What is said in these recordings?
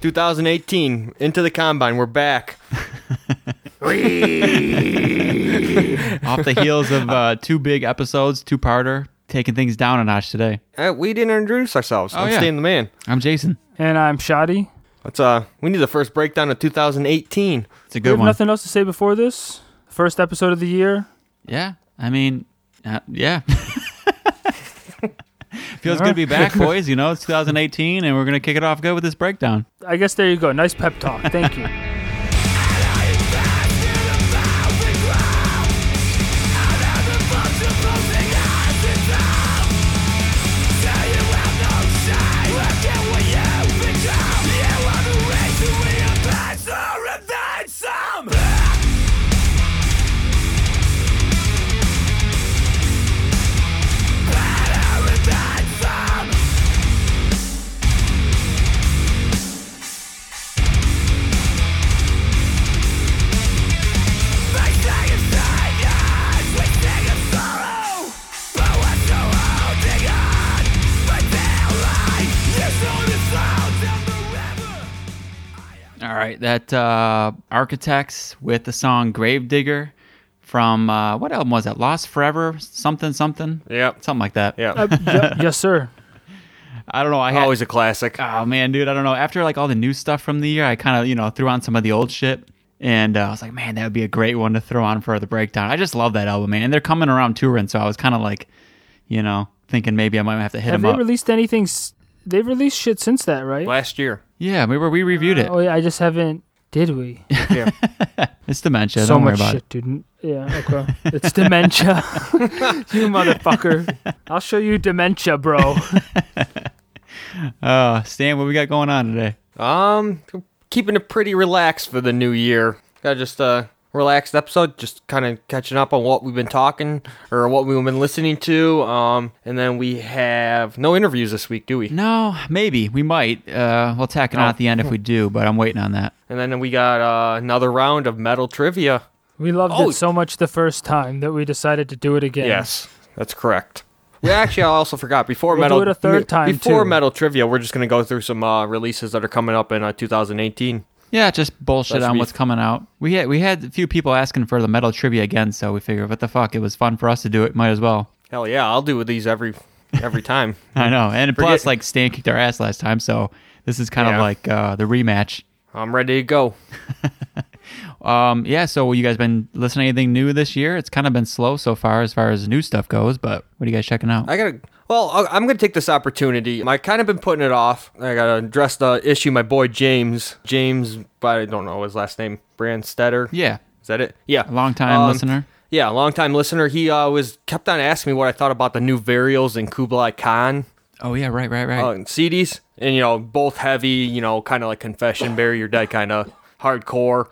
2018, into the combine. We're back. Off the heels of uh, two big episodes, two parter, taking things down a notch today. Uh, we didn't introduce ourselves. I'm yeah. Stan the Man. I'm Jason. And I'm Shoddy. Let's uh, we need the first breakdown of 2018. It's a We good have one. nothing else to say before this. First episode of the year. Yeah. I mean, uh, yeah. Feels good Yeah. to be back, boys. You know, it's 2018, and we're going to kick it off good with this breakdown. I guess there you go. Nice pep talk. Thank you. All right, that uh, Architects with the song Gravedigger from uh, what album was that? Lost Forever, something, something, Yep. something like that. Yeah. Uh, y- yes, sir. I don't know. I had, Always a classic. oh man, dude, I don't know. After like all the new stuff from the year, I kind of you know threw on some of the old shit, and uh, I was like, man, that would be a great one to throw on for the breakdown. I just love that album, man. And they're coming around touring, so I was kind of like, you know, thinking maybe I might have to hit Have them they up. released anything? S- they've released shit since that, right? Last year. yeah, we were we reviewed it. Oh, yeah. I just haven't. Did we? Yeah. It's dementia. so don't worry much about shit, dude. Yeah, okay. It's dementia. you motherfucker. I'll show you dementia, bro. it. Uh, Stan, what we got going on today? Um, keeping it pretty relaxed for the new year. Got just a relaxed episode, just kind of catching up on what we've been talking or what we've been listening to. Um, and then we have no interviews this week, do we? No, maybe we might. Uh, we'll tack it on at the end if we do, but I'm waiting on that. And then we got uh, another round of metal trivia. We loved Oh. it so much the first time that we decided to do it again. Yes, that's correct. We actually I also forgot before We'll metal do it a third time, before too. metal trivia we're just gonna go through some uh, releases that are coming up in uh, 2018. Yeah, just bullshit Let's on re- what's coming out. We had we had a few people asking for the metal trivia again, so we figured, what the fuck? It was fun for us to do it. Might as well. Hell yeah, I'll do these every every time. I know. And plus, Forget- like Stan kicked our ass last time, so this is kind Yeah. of like uh, the rematch. I'm ready to go. Um, yeah. So you guys been listening to anything new this year? It's kind of been slow so far as far as new stuff goes, but what are you guys checking out? I gotta. Well, I- I'm gonna take this opportunity. I kind of been putting it off. I gotta address the issue. My boy James, James, but I don't know his last name. Brandstetter. yeah, Is that it? Yeah. a long time Um, listener. Yeah, long time listener. He uh, was kept on asking me what I thought about the new Varials and Kublai Khan Oh yeah, right, right, right. uh, CDs, and you know, both heavy, you know, kind of like Confession, Bury Your Dead, kind of hardcore.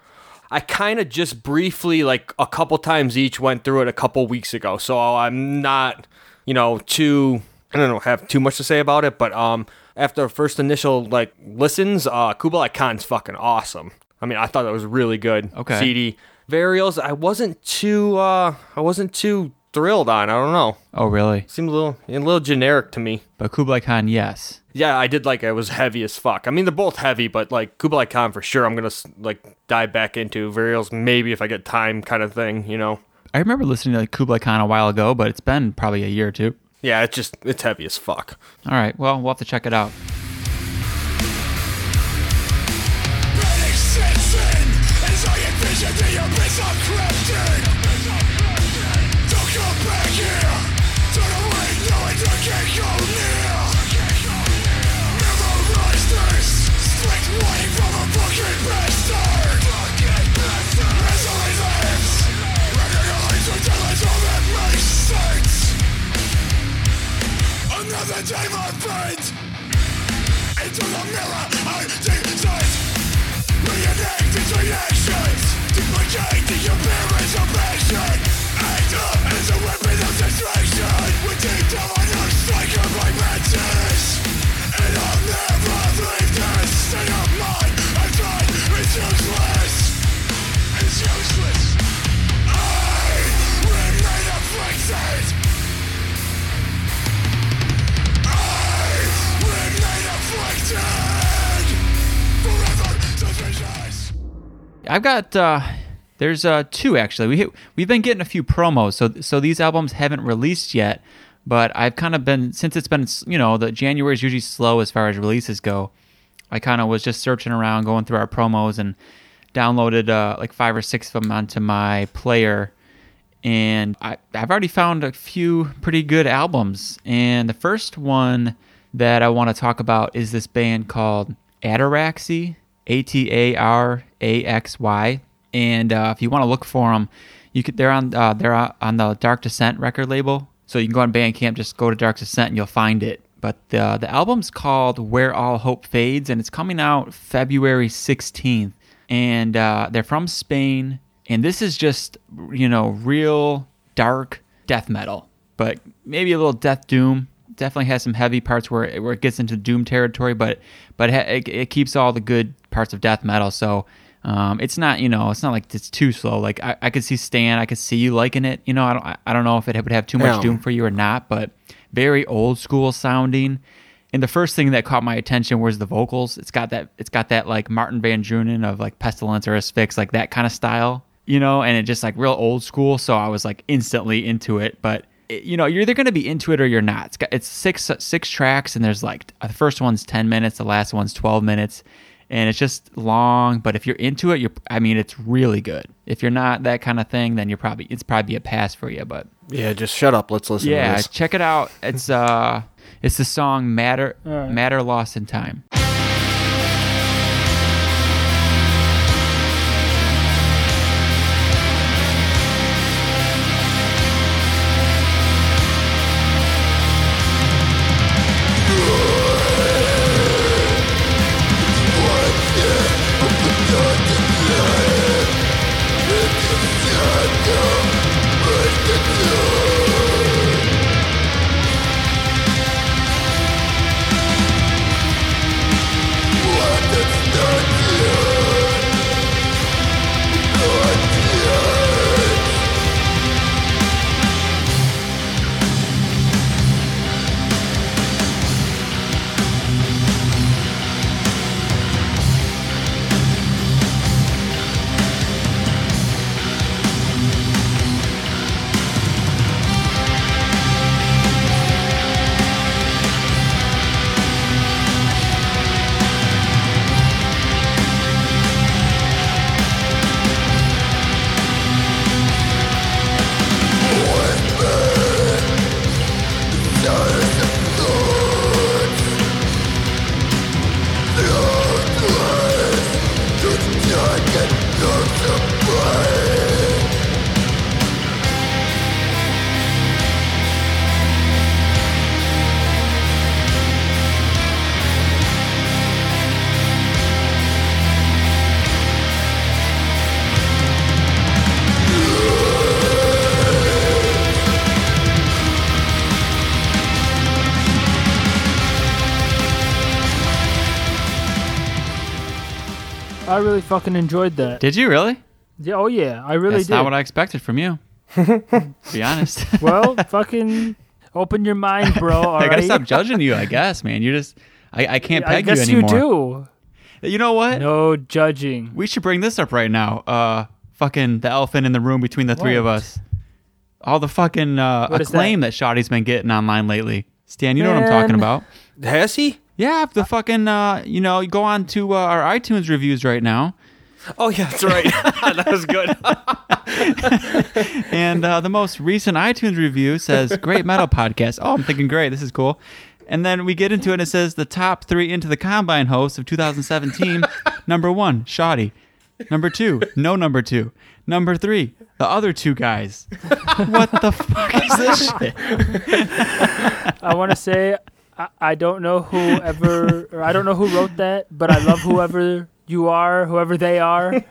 I kind of just briefly, like a couple times each, went through it a couple weeks ago, so I'm not, you know, too. I don't know, have too much to say about it, but um, after the first initial like listens, uh, Kublai Khan's fucking awesome. I mean, I thought that was really good. Okay. CD Varials, I wasn't too, uh, I wasn't too thrilled on. I don't know, oh really? seemed a little, a little generic to me. But Kublai Khan, yes. Yeah, I did like it. it was heavy as fuck. I mean, they're both heavy, but like Kublai Khan for sure. I'm gonna s- like dive back into Varials maybe if I get time, kind of thing. You know? I remember listening to like Kublai Khan a while ago, but it's been probably a year or two. Yeah, it's just it's heavy as fuck. All right, well, we'll have to check it out. British citizen is I envision the abyss of corruption. Don't come back here. Turn away knowing I can't go near. Memorize this. Strict warning from a fucking bastard. As I lives, recognize the deadlines of it makes sense. Another day, my friend. I've got uh, there's uh, two actually. We hit, we've been getting a few promos, so so these albums haven't released yet. But I've kind of been since it's been you know the January is usually slow as far as releases go. I kind of was just searching around, going through our promos, and downloaded uh, like five or six of them onto my player. And I, I've already found a few pretty good albums. And the first one that I want to talk about is this band called Ataraxy, A T A R A X Y. And uh, if you want to look for them, you could they're on uh, they're on the Dark Descent record label. So you can go on Bandcamp, just go to Dark Descent, and you'll find it. But uh, the the album's called Where All Hope Fades, and it's coming out February 16th. And uh, they're from Spain, and this is just you know real dark death metal, but maybe a little death doom. Definitely has some heavy parts where it, where it gets into doom territory, but but it, ha- it, it keeps all the good parts of death metal. So um, it's not you know it's not like it's too slow. Like I, I could see Stan, I could see you liking it. You know I don't I- I don't know if it would have too much Yeah. doom for you or not, but very old school sounding. And the first thing that caught my attention was the vocals. It's got that it's got that like Martin Van Drunen of like Pestilence or Asphyx, like that kind of style, you know, and it just like real old school. So I was like instantly into it. But it- you know, you're either gonna be into it or you're not. It's got it's six six tracks and there's like the first one's ten minutes, the last one's twelve minutes. And it's just long, but if you're into it, you're I mean, it's really good. If you're not that kind of thing, then you're probably it's probably a pass for you, but Yeah, just shut up. Let's listen yeah, to this. check it out. It's uh, it's the song "Matter right. Matter Lost in Time." I really fucking enjoyed that. Did you really? Yeah, oh yeah, I really That's did. not what I expected from you. to be honest, well, fucking open your mind, bro. All I gotta right? stop judging you. I guess, man. You just, I, I can't I peg you guess you, anymore. do. do. You know what? No judging. We should bring this up right now. Uh, fucking the elephant in the room between the three of What? us. All the fucking uh, What is acclaim that? Shoddy's been getting online lately. Stan, you know what I'm Man. talking about. Has he? Yeah, if the fucking uh, you know, you go on to uh, our iTunes reviews right now. Oh yeah, that's right. that was good. And uh, the most recent iTunes review says, Great metal podcast. Oh, I'm thinking, great, this is cool. And then we get into it and it says, The top three into the combine hosts of 2017. number one, Shoddy. Number two, no number two. Number three, the other two guys. what the fuck is this shit? I want to say I, I don't know whoever or I don't know who wrote that, but I love whoever you are, whoever they are.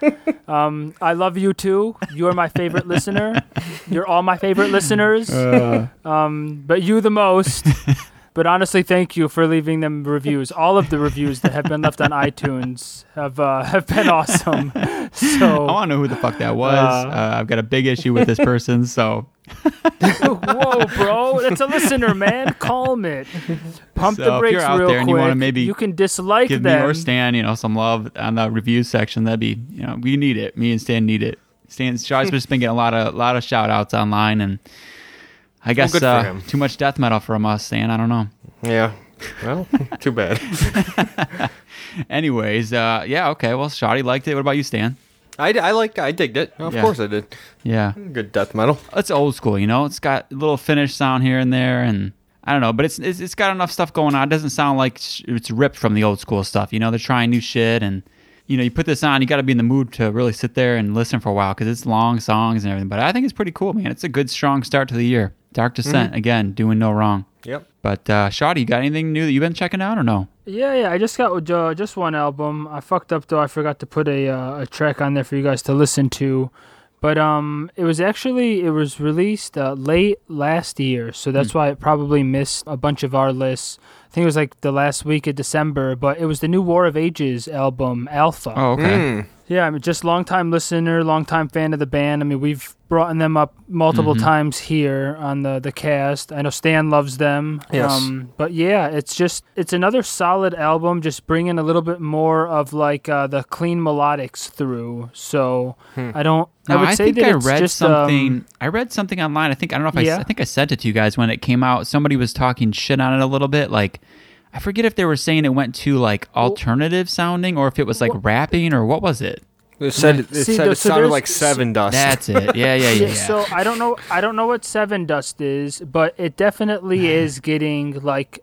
Um, I love you too. You are my favorite listener. You're all my favorite listeners. Uh. Um, but you the most. But honestly, thank you for leaving them reviews. All of the reviews that have been left on iTunes have uh, have been awesome. So I want to know who the fuck that was. Uh. Uh, I've got a big issue with this person, so Whoa, bro. That's a listener, man. Calm it. Pump So the if brakes you're out real there quick. and you wanna maybe You can dislike Give them. me or Stan, you know, some love on the review section. That'd be, you know, we need it. Me and Stan need it. Stan Shaw's just been getting a lot of lot of shout outs online, and I guess good for uh, him. too much death metal from us, Stan. I don't know. Yeah. Well, too bad. Anyways, uh, yeah, okay. Well, Shawty liked it. What about you, Stan? I, I like I digged it. Of Yeah. course I did. Yeah, Good death metal. it's old school. You know, it's got a little Finnish sound here and there, and I don't know, but it's it's, it's got enough stuff going on. It doesn't sound like sh- it's ripped from the old school stuff. You know, they're trying new shit, and you know, you put this on, you got to be in the mood to really sit there and listen for a while because it's long songs and everything. But I think it's pretty cool, man. It's a good, strong start to the year. Dark Descent again, doing no wrong. Yep. But uh, Shoddy, you got anything new that you've been checking out or no? Yeah, yeah. I just got uh, just one album. I fucked up though. I forgot to put a uh, a track on there for you guys to listen to. But um, it was actually it was released uh, late last year, so that's Hmm. why it probably missed a bunch of our lists. I think it was like the last week of December, but it was the new War of Ages album, Alpha. Oh, okay. Yeah, I mean, just longtime listener, longtime fan of the band. I mean, we've brought them up multiple Mm-hmm. times here on the the cast. I know Stan loves them. Um, Yes. but yeah, it's just it's another solid album. Just bringing a little bit more of like uh, the clean melodics through. So I don't. Hmm. No, I I, would say think that I it's read just, something. Um, I read something online. I think I don't know if I s- Yeah. I. think I sent it to you guys when it came out. Somebody was talking shit on it a little bit. Like, I forget if they were saying it went to like alternative sounding or if it was like rapping or what was it. It said it, See, said though, it so sounded there's- like seven dust. That's it. Yeah, yeah, yeah. yeah, yeah. So I don't know. I don't know what Seven Dust is, but it definitely Mm-hmm. is getting like,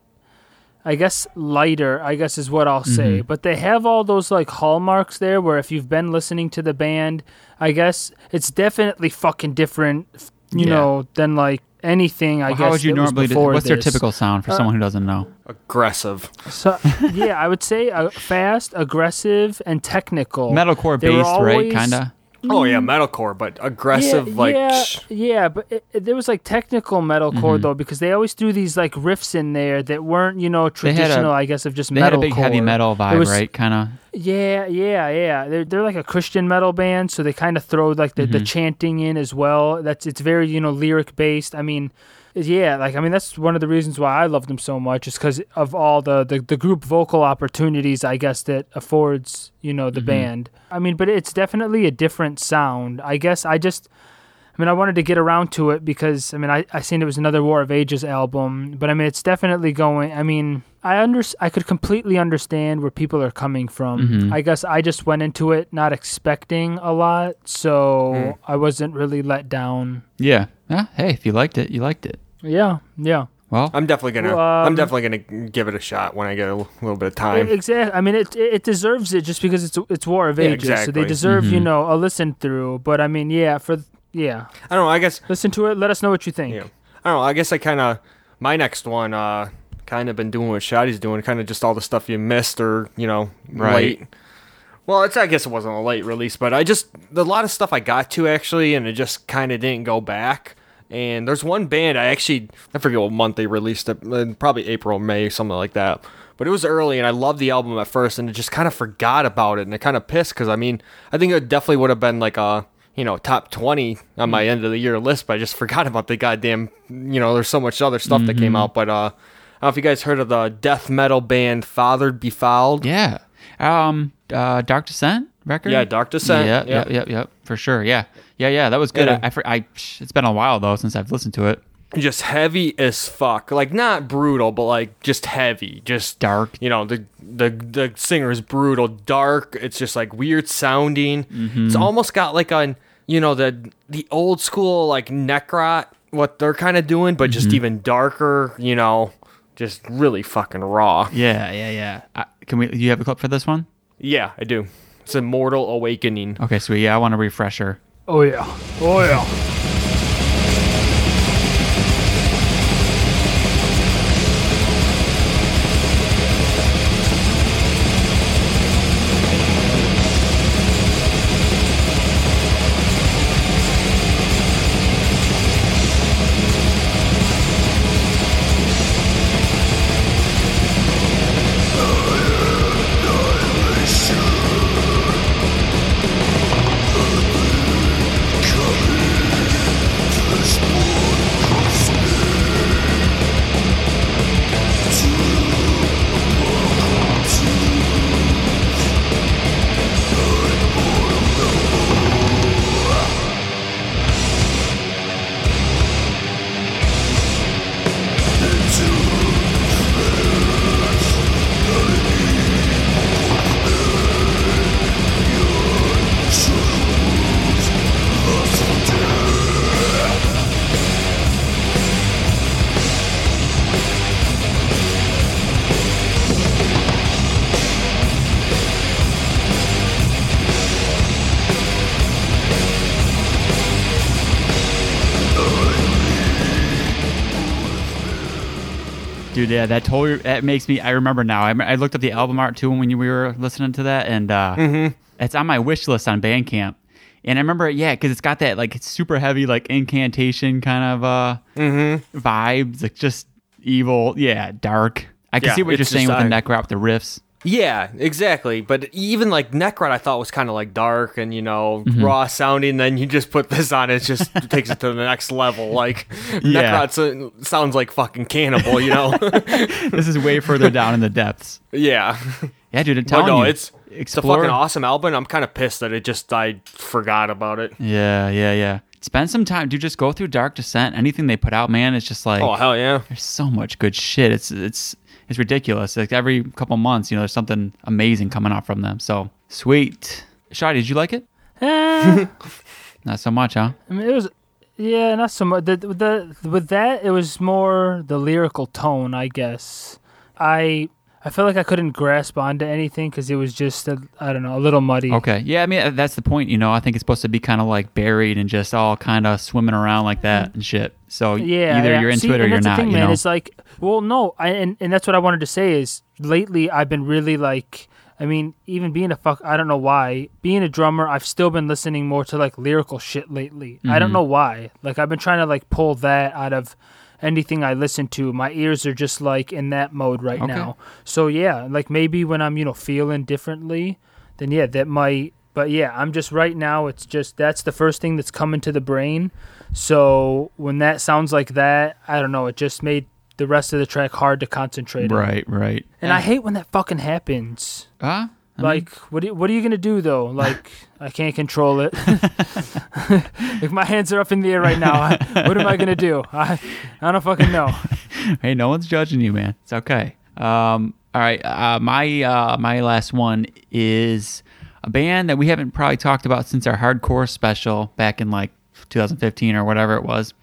I guess lighter. I guess is what I'll say. Mm-hmm. But they have all those like hallmarks there, where if you've been listening to the band, I guess it's definitely fucking different. f- You Yeah. know, than like anything. Well, I guess how would you that was normally? do- before What's their this. Uh, typical sound for someone who doesn't know? Aggressive. So yeah, I would say uh, fast, aggressive, and technical. Metalcore They were based, right? always- Kinda. Oh yeah, metalcore, but aggressive like yeah, sh- yeah, but it, it- there was like technical metalcore Mm-hmm. though because they always threw these like riffs in there that weren't you know had a- traditional I guess of just They metalcore. had a big heavy metal It vibe, was- right? Kinda. Yeah, yeah, yeah. They're they're like a Christian metal band, so they kind of throw like the, the Mm-hmm. chanting in as well. That's it's very you know lyric based. I mean, yeah, like I mean that's one of the reasons why I love them so much is because of all the, the the group vocal opportunities I guess that affords you know Mm-hmm. the band. I mean, but it's definitely a different sound. I guess I just I mean, I wanted to get around to it because I mean, I, I seen it was another War of Ages album, but I mean, it's definitely going. I mean, I under I could completely understand where people are coming from. Mm-hmm. I guess I just went into it not expecting a lot, so Mm. I wasn't really let down. Yeah. Yeah. Hey, if you liked it, you liked it. Yeah, yeah. Well, I'm definitely gonna. Well, um, I'm definitely gonna give it a shot when I get a l- little bit of time. Exactly. I mean, it it deserves it just because it's it's War of Yeah, Ages, so exactly. Mm-hmm. they deserve you know a listen through. But I mean, yeah, for yeah, I don't know. I guess. listen to it. Let us know what you think. Yeah. I don't know. I guess I kind of my next one. Uh, kind of been doing what Shotty's doing. Kind of just all the stuff you missed or you know Right. late. Well, it's I guess it wasn't a late release, but I just a lot of stuff I got to actually, and it just kind of didn't go back. And there's one band I actually I forget what month they released it, uh, probably April, May, something like that. But it was early, and I loved the album at first, and I just kind of forgot about it, and it kind of pissed because I mean I think it definitely would have been like a you know top twenty on my end of the year list, but I just forgot about the goddamn you know there's so much other stuff that came out. But uh, I don't know if you guys heard of the death metal band Fathered Befouled. yeah. Um. Uh. Dark Descent record. Yeah, Dark Descent. Yeah, yeah. yep, yep, yep, for sure. Yeah, yeah, yeah. That was good. Yeah. I, I, for- I, psh, it's been a while though since I've listened to it. just heavy as fuck. Like not brutal, but like just heavy, just Dark. You know, the the the singer is brutal, dark. It's just like weird sounding. It's almost got like an you know the the old school like necrot what they're kind of doing, but just even darker. You know, just really fucking raw. Yeah, yeah, yeah. I, Uh, can we? Do you have a clip for this one? Yeah, I do. It's Immortal Awakening. Okay, sweet. Yeah, I want a refresher. Oh yeah. Oh yeah. Come in. Dude, yeah, that totally that makes me. I remember now. I, I looked up the album art too when you- we were listening to that, and uh, Mm-hmm. it's on my wish list on Bandcamp. And I remember, yeah, because it's got that like super heavy like incantation kind of uh Mm-hmm. vibes, like just evil, yeah, dark. I can Yeah, see what it's you're saying just, with the uh, neck wrap, the riffs. Yeah, exactly. But even like Necrod, I thought was kind of like dark and you know raw sounding. Then you just put this on, it just takes it to the next level. Like Yeah. Necrod so- sounds like fucking cannibal, you know? This is way further down in the depths. yeah. Yeah, dude, I'm But telling no, you, it's it's a fucking awesome album. I'm kind of pissed that it just I forgot about it. Yeah, yeah, yeah. Spend some time, dude. Just go through Dark Descent. Anything they put out, man, it's just like Oh hell yeah! there's so much good shit. It's it's it's ridiculous. Like every couple months, you know, there's something amazing coming out from them. So sweet. Shy, did you like it? Eh, Not so much, huh? I mean, it was yeah, not so much. The, the with that, it was more the lyrical tone, I guess. I I felt like I couldn't grasp onto anything because it was just I I don't know a little muddy. Okay. Yeah, I mean uh, that's the point. You know, I think it's supposed to be kind of like buried and just all kind of swimming around like that and shit. So Yeah, either yeah. you're into See, it or and you're that's not. The thing, you man, know. it's like, well, no, I, and and that's what I wanted to say is lately I've been really like, I mean, even being a fuck, I don't know why, being a drummer, I've still been listening more to like lyrical shit lately. I Mm-hmm. don't know why. Like I've been trying to like pull that out of anything I listen to. My ears are just like in that mode right Okay. now. So yeah, like maybe when I'm you know feeling differently, then yeah, that might. But yeah, I'm just right now. It's just that's the first thing that's coming to the brain. So when that sounds like that, I don't know. It just made the rest of the track hard to concentrate. on. right, right. And I hate when that fucking happens. Huh? I mean, like, what do, what are you gonna do though? Like, I can't control it. like my hands are up in the air right now. I, what am I gonna do? I I don't fucking know. hey, no one's judging you, man. It's okay. Um, all right, uh, my uh, my last one is a band that we haven't probably talked about since our hardcore special back in like 2015 or whatever it was,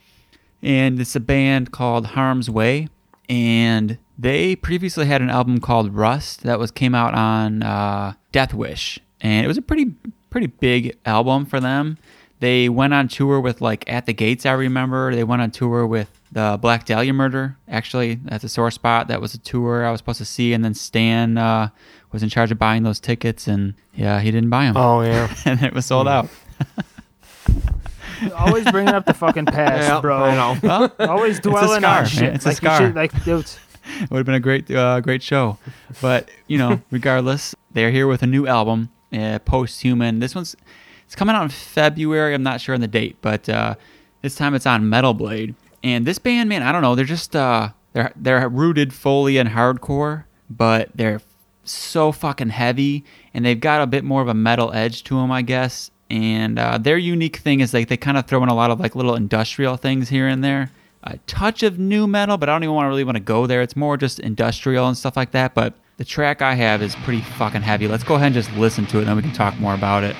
and it's a band called Harm's Way, and they previously had an album called Rust that was came out on uh, Death Wish, and it was a pretty pretty big album for them. They went on tour with like At the Gates, I remember. They went on tour with the Black Dahlia murder. Actually, that's a sore spot. That was a tour I was supposed to see, and then Stan uh, was in charge of buying those tickets, and yeah, he didn't buy them, Oh yeah, and it was sold out. Always bringing up the fucking past, yeah bro. I know. Well, Always dwelling scar, on shit. man. It's a like you scar. should- like it's- it would have been a great uh, great show but you know regardless they're here with a new album uh, post human this one's it's coming out in february i'm not sure on the date but uh, this time it's on metal blade and this band man i don't know they're just uh, they're they're rooted fully in hardcore but they're so fucking heavy and they've got a bit more of a metal edge to them i guess and uh, their unique thing is like they kind of throw in a lot of like little industrial things here and there a touch of new metal but i don't even want to really want to go there it's more just industrial and stuff like that but the track i have is pretty fucking heavy let's go ahead and just listen to it and then we can talk more about it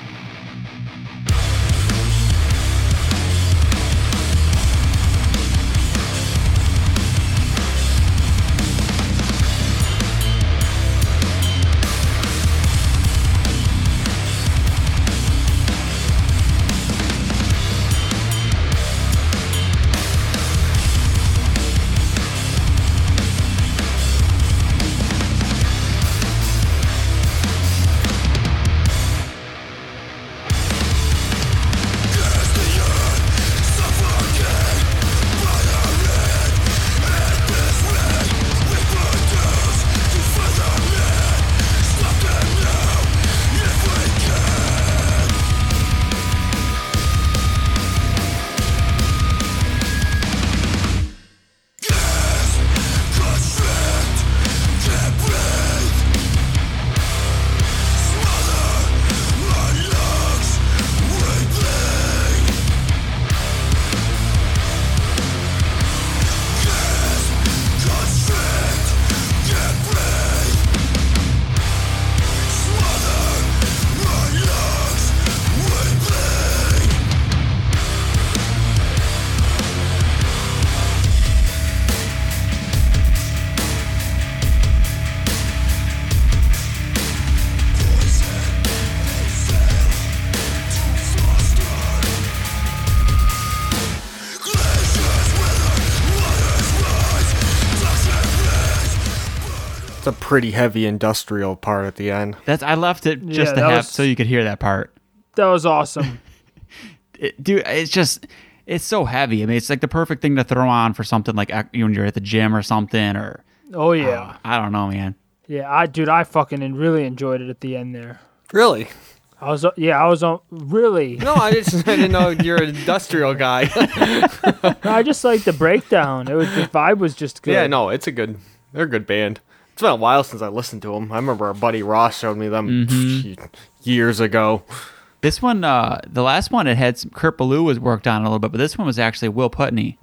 It's a pretty heavy industrial part at the end. That's I left it just Yeah, to that have was- so you could hear that part. That was awesome. It, dude, it's just it's so heavy. I mean, it's like the perfect thing to throw on for something like ac- when you're at the gym or something, or Oh yeah, I don't know, man. yeah. I dude, I fucking en- really enjoyed it at the end there. Really? I was uh, yeah, I was on really. No, I just I didn't know you're an industrial guy. No, I just like the breakdown. It was the vibe was just good. yeah, no, it's a good. They're a good band. It's been a while since I listened to them. I remember our buddy Ross showed me them Mm-hmm. years ago. This one, uh, the last one, it had some, Kurt Ballou was worked on a little bit, but this one was actually Will Putney.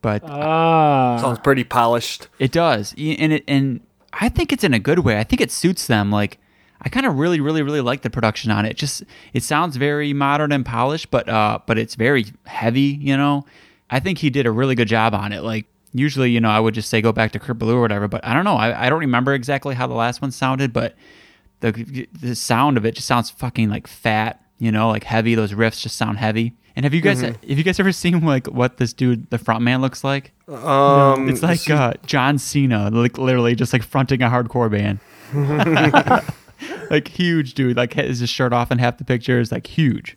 But Ah, Sounds pretty polished. It does, Y- and it and I think it's in a good way. I think it suits them. Like I kind of really, really, really like the production on it. Just it sounds very modern and polished, but uh, but it's very heavy. You know, I think he did a really good job on it. Like usually, you know, I would just say go back to Kurt Ballou or whatever, but I don't know. I, I don't remember exactly how the last one sounded, but the the sound of it just sounds fucking like fat. You know, like heavy. Those riffs just sound heavy. And have you guys have you guys ever seen like what this dude, the front man, looks like? Um, It's like uh, John Cena, like literally just like fronting a hardcore band. like huge dude, like has his shirt off in half the picture is like huge.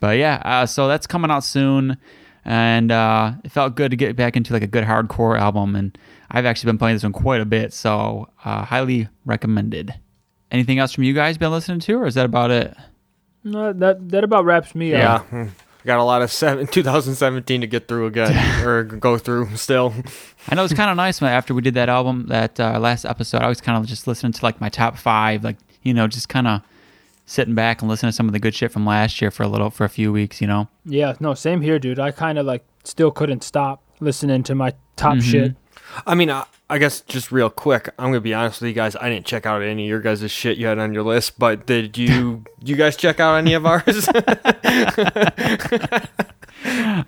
but yeah, uh, so that's coming out soon, and uh, it felt good to get back into like a good hardcore album. And I've actually been playing this one quite a bit, so uh, highly recommended. Anything else from you guys been listening to, or is that about it? no, Uh, that that about wraps me yeah. up. mm. Got a lot of seven, 2017 to get through again, or go through still. I know it's kind of nice when after we did that album, that uh, last episode, I was kind of just listening to like my top five, like you know, just kind of sitting back and listening to some of the good shit from last year for a little, for a few weeks, you know. Yeah, no, same here, dude. I kind of like still couldn't stop listening to my Mm-hmm. top shit. I mean, I, I guess just real quick, I'm gonna be honest with you guys. I didn't check out any of your guys' shit you had on your list, but did you you guys check out any of ours?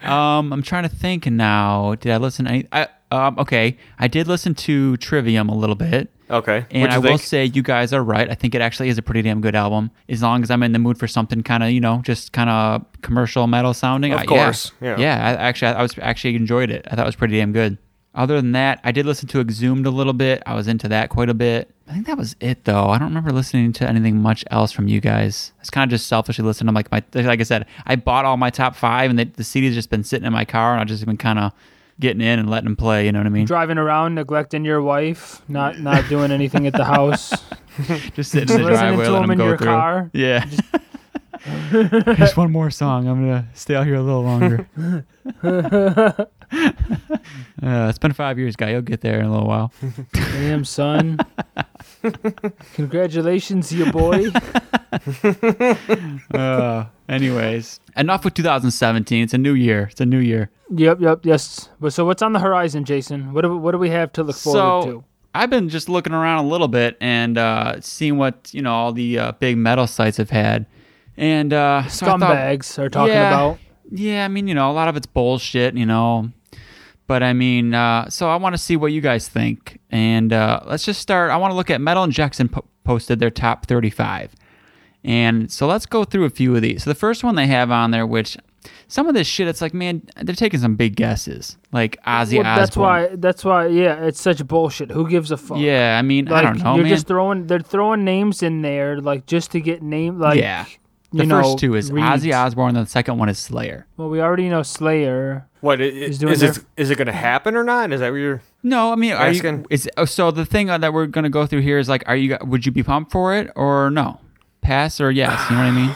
Um, I'm trying to think now. Did I listen? To any, I um, okay, I did listen to Trivium a little bit. okay, And What'd I you will think? say you guys are right. I think it actually is a pretty damn good album. As long as I'm in the mood for something kind of, you know, just kind of commercial metal sounding. Of I- yeah. course, Yeah. yeah. I actually, I was actually enjoyed it. I thought it was pretty damn good. Other than that, I did listen to Exhumed a little bit. I was into that quite a bit. I think that was it though. I don't remember listening to anything much else from you guys. It's kind of just selfishly listening. I'm like my like I said, I bought all my top five, and the, the CD's just been sitting in my car, and I've just been kind of getting in and letting them play. You know what I mean? Driving around, neglecting your wife, not not doing anything at the house, just sitting in listening the driveway, to letting them them in go your through. car. Yeah. Just one more song. I'm gonna stay out here a little longer. uh, it's been five years, guy. You'll get there in a little while. Damn son. Congratulations, you boy. Uh, anyways, enough with 2017. It's a new year. It's a new year. Yep, yep, yes. But so what's on the horizon, Jason? What do, what do we have to look forward so to? I've been just looking around a little bit and uh, seeing what you know all the uh, big metal sites have had, and uh, so I thought- Scumbags are talking Yeah. about. Yeah, I mean, you know, a lot of it's bullshit, you know. But I mean, uh, so I want to see what you guys think. And uh, let's just start. I want to look at Metal Injection po- posted their top 35. And so let's go through a few of these. So the first one they have on there, which some of this shit, it's like, man, they're taking some big guesses. Like Ozzy Well, that's Osbourne. why. That's why. Yeah, it's such bullshit. Who gives a fuck? Yeah, I mean, like I don't know, you're man. just throwing. They're throwing names in there, like just to get name. Like yeah. you The know, first two is reads. Ozzy Osbourne, and the second one is Slayer. Well, we already know Slayer. What i- i- is doing it? their- Is it gonna happen or not? Is that what you're? No, I mean, are you, Asking. is oh, so the thing that we're gonna go through here is like, are you would you be pumped for it or no? Pass or yes? You know what I mean?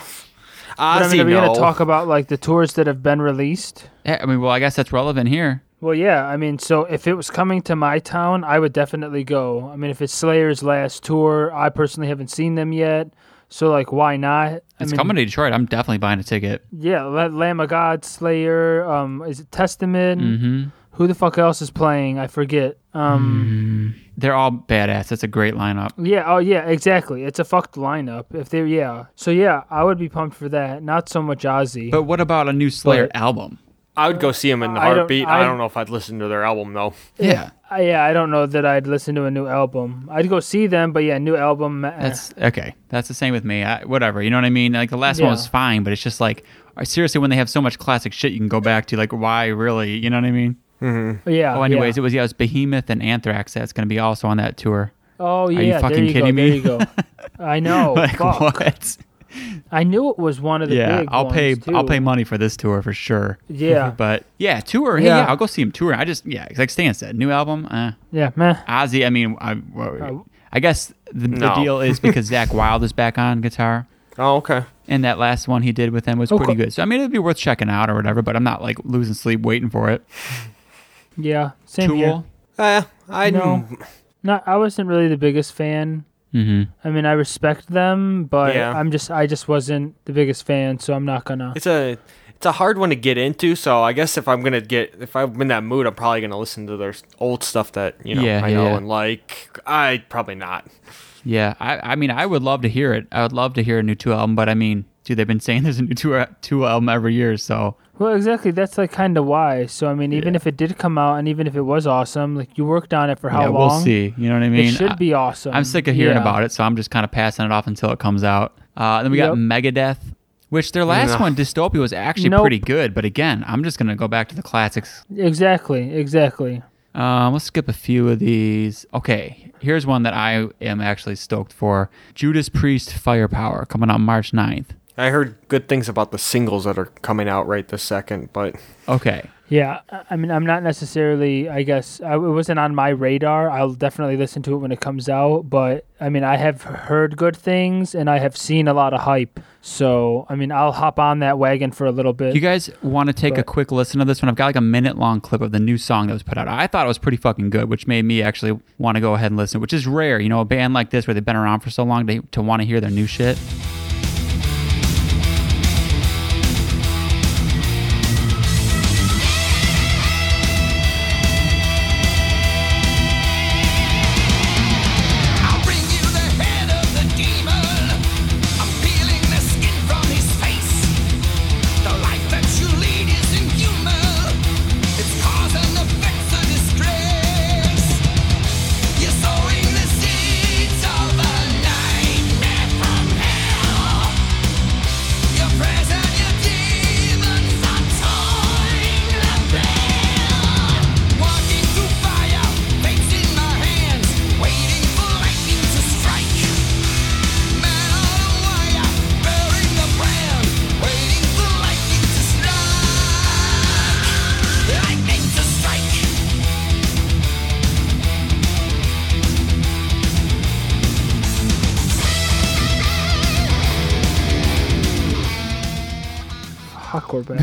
But I Ozzy, mean, are we no. gonna talk about like the tours that have been released? Yeah, I mean, well, I guess that's relevant here. Well, yeah. I mean, so if it was coming to my town, I would definitely go. I mean, if it's Slayer's last tour, I personally haven't seen them yet. So like, why not? I It's mean, coming to Detroit. I'm definitely buying a ticket. Yeah, La- Lamb of God, Slayer. Um, is it Testament? Mm-hmm. Who the fuck else is playing? I forget. Um, They're all badass. That's a great lineup. yeah. Oh, yeah. Exactly. It's a fucked lineup. If they, yeah. So yeah, I would be pumped for that. Not so much Ozzy. But what about a new Slayer album? I would go see him in the I don't- heartbeat. I don't, I- know if I'd listen to their album though. Yeah, I, Uh, yeah, I don't know that I'd listen to a new album. I'd go see them, but yeah, new album. eh. that's okay. That's the same with me. I, whatever. You know what I mean? Like the last one Yeah. was fine, but it's just like I- seriously, when they have so much classic shit, you can go back to like why really? You know what I mean? yeah. Oh, anyways, it Uh, yeah. was yeah, it was Behemoth and Anthrax. That's gonna be also on that tour. Oh yeah, you fucking there you kidding go, me? There you go. I know. like Oh, fuck. what? I knew it was one of the Yeah, big I'll ones, pay. I'll too. pay money for this tour for sure. Yeah. But yeah, tour. Hey, Yeah. yeah. I'll go see him tour. I just yeah, like Stan said, new album. Uh, Yeah, man. Ozzy. I mean, I, Uh, I guess the, No. the deal is because Zach Wild is back on guitar. Oh, okay. and that last one he did with them was Oh, pretty cool. good. So I mean, it'd be worth checking out or whatever. But I'm not like losing sleep waiting for it. Yeah, same here. Tool. Eh, I No. know. Not, I wasn't really the biggest fan. Mm-hmm. I mean, I respect them, but Yeah. I'm just, I just wasn't the biggest fan, so I'm not gonna. It's a it's a hard one to get into. So I guess if I'm gonna get if I'm in that mood, I'm probably gonna listen to their s- old stuff that you know Yeah, I yeah, know yeah. and like. I probably not. Yeah. I, I mean, I would love to hear it. I would love to hear a new Tool album. But I mean, dude, they've been saying there's a new Tool Tool album every year. So Well, exactly. That's like kind of why. So I mean, even Yeah. if it did come out, and even if it was awesome, like you worked on it for how yeah, long? we'll see. You know what I mean? it should I, be awesome. I'm sick of hearing Um, Yeah. about it, so I'm just kind of passing it off until it comes out. Uh, then we got Yep. Megadeth. Which their last Ugh. one, Dystopia, was actually Nope. pretty good, but again, I'm just gonna go back to the classics Exactly. Exactly. Um, let's skip a few of these. Okay, here's one that I am actually stoked for Judas Priest Firepower coming out March 9th. I heard good things about the singles that are coming out right this second, but Okay. Yeah. I- I mean, I'm not necessarily. I guess I, it wasn't on my radar. I'll definitely listen to it when it comes out. But I mean, I have heard good things, and I have seen a lot of hype. So I mean, I'll hop on that wagon for a little bit. You guys want to take a But- quick listen to this one? I've got like a minute long clip of the new song that was put out. I thought it was pretty fucking good, which made me actually want to go ahead and listen, which is rare. You know, a band like this where they've been around for so long to, to want to hear their new shit. I'll bring you the head of the demon. I'm peeling the skin from his face. The life that you lead is inhuman. It's cause and effect a disgrace. You're sowing the seeds of a nightmare from hell. Your prayers and your demons are towing the bell. Walking through fire, fates in my hands, waiting for lightning to strike. Man on a wire, bearing the brand, waiting for lightning to strike. Lightning to strike. Hot Corbett.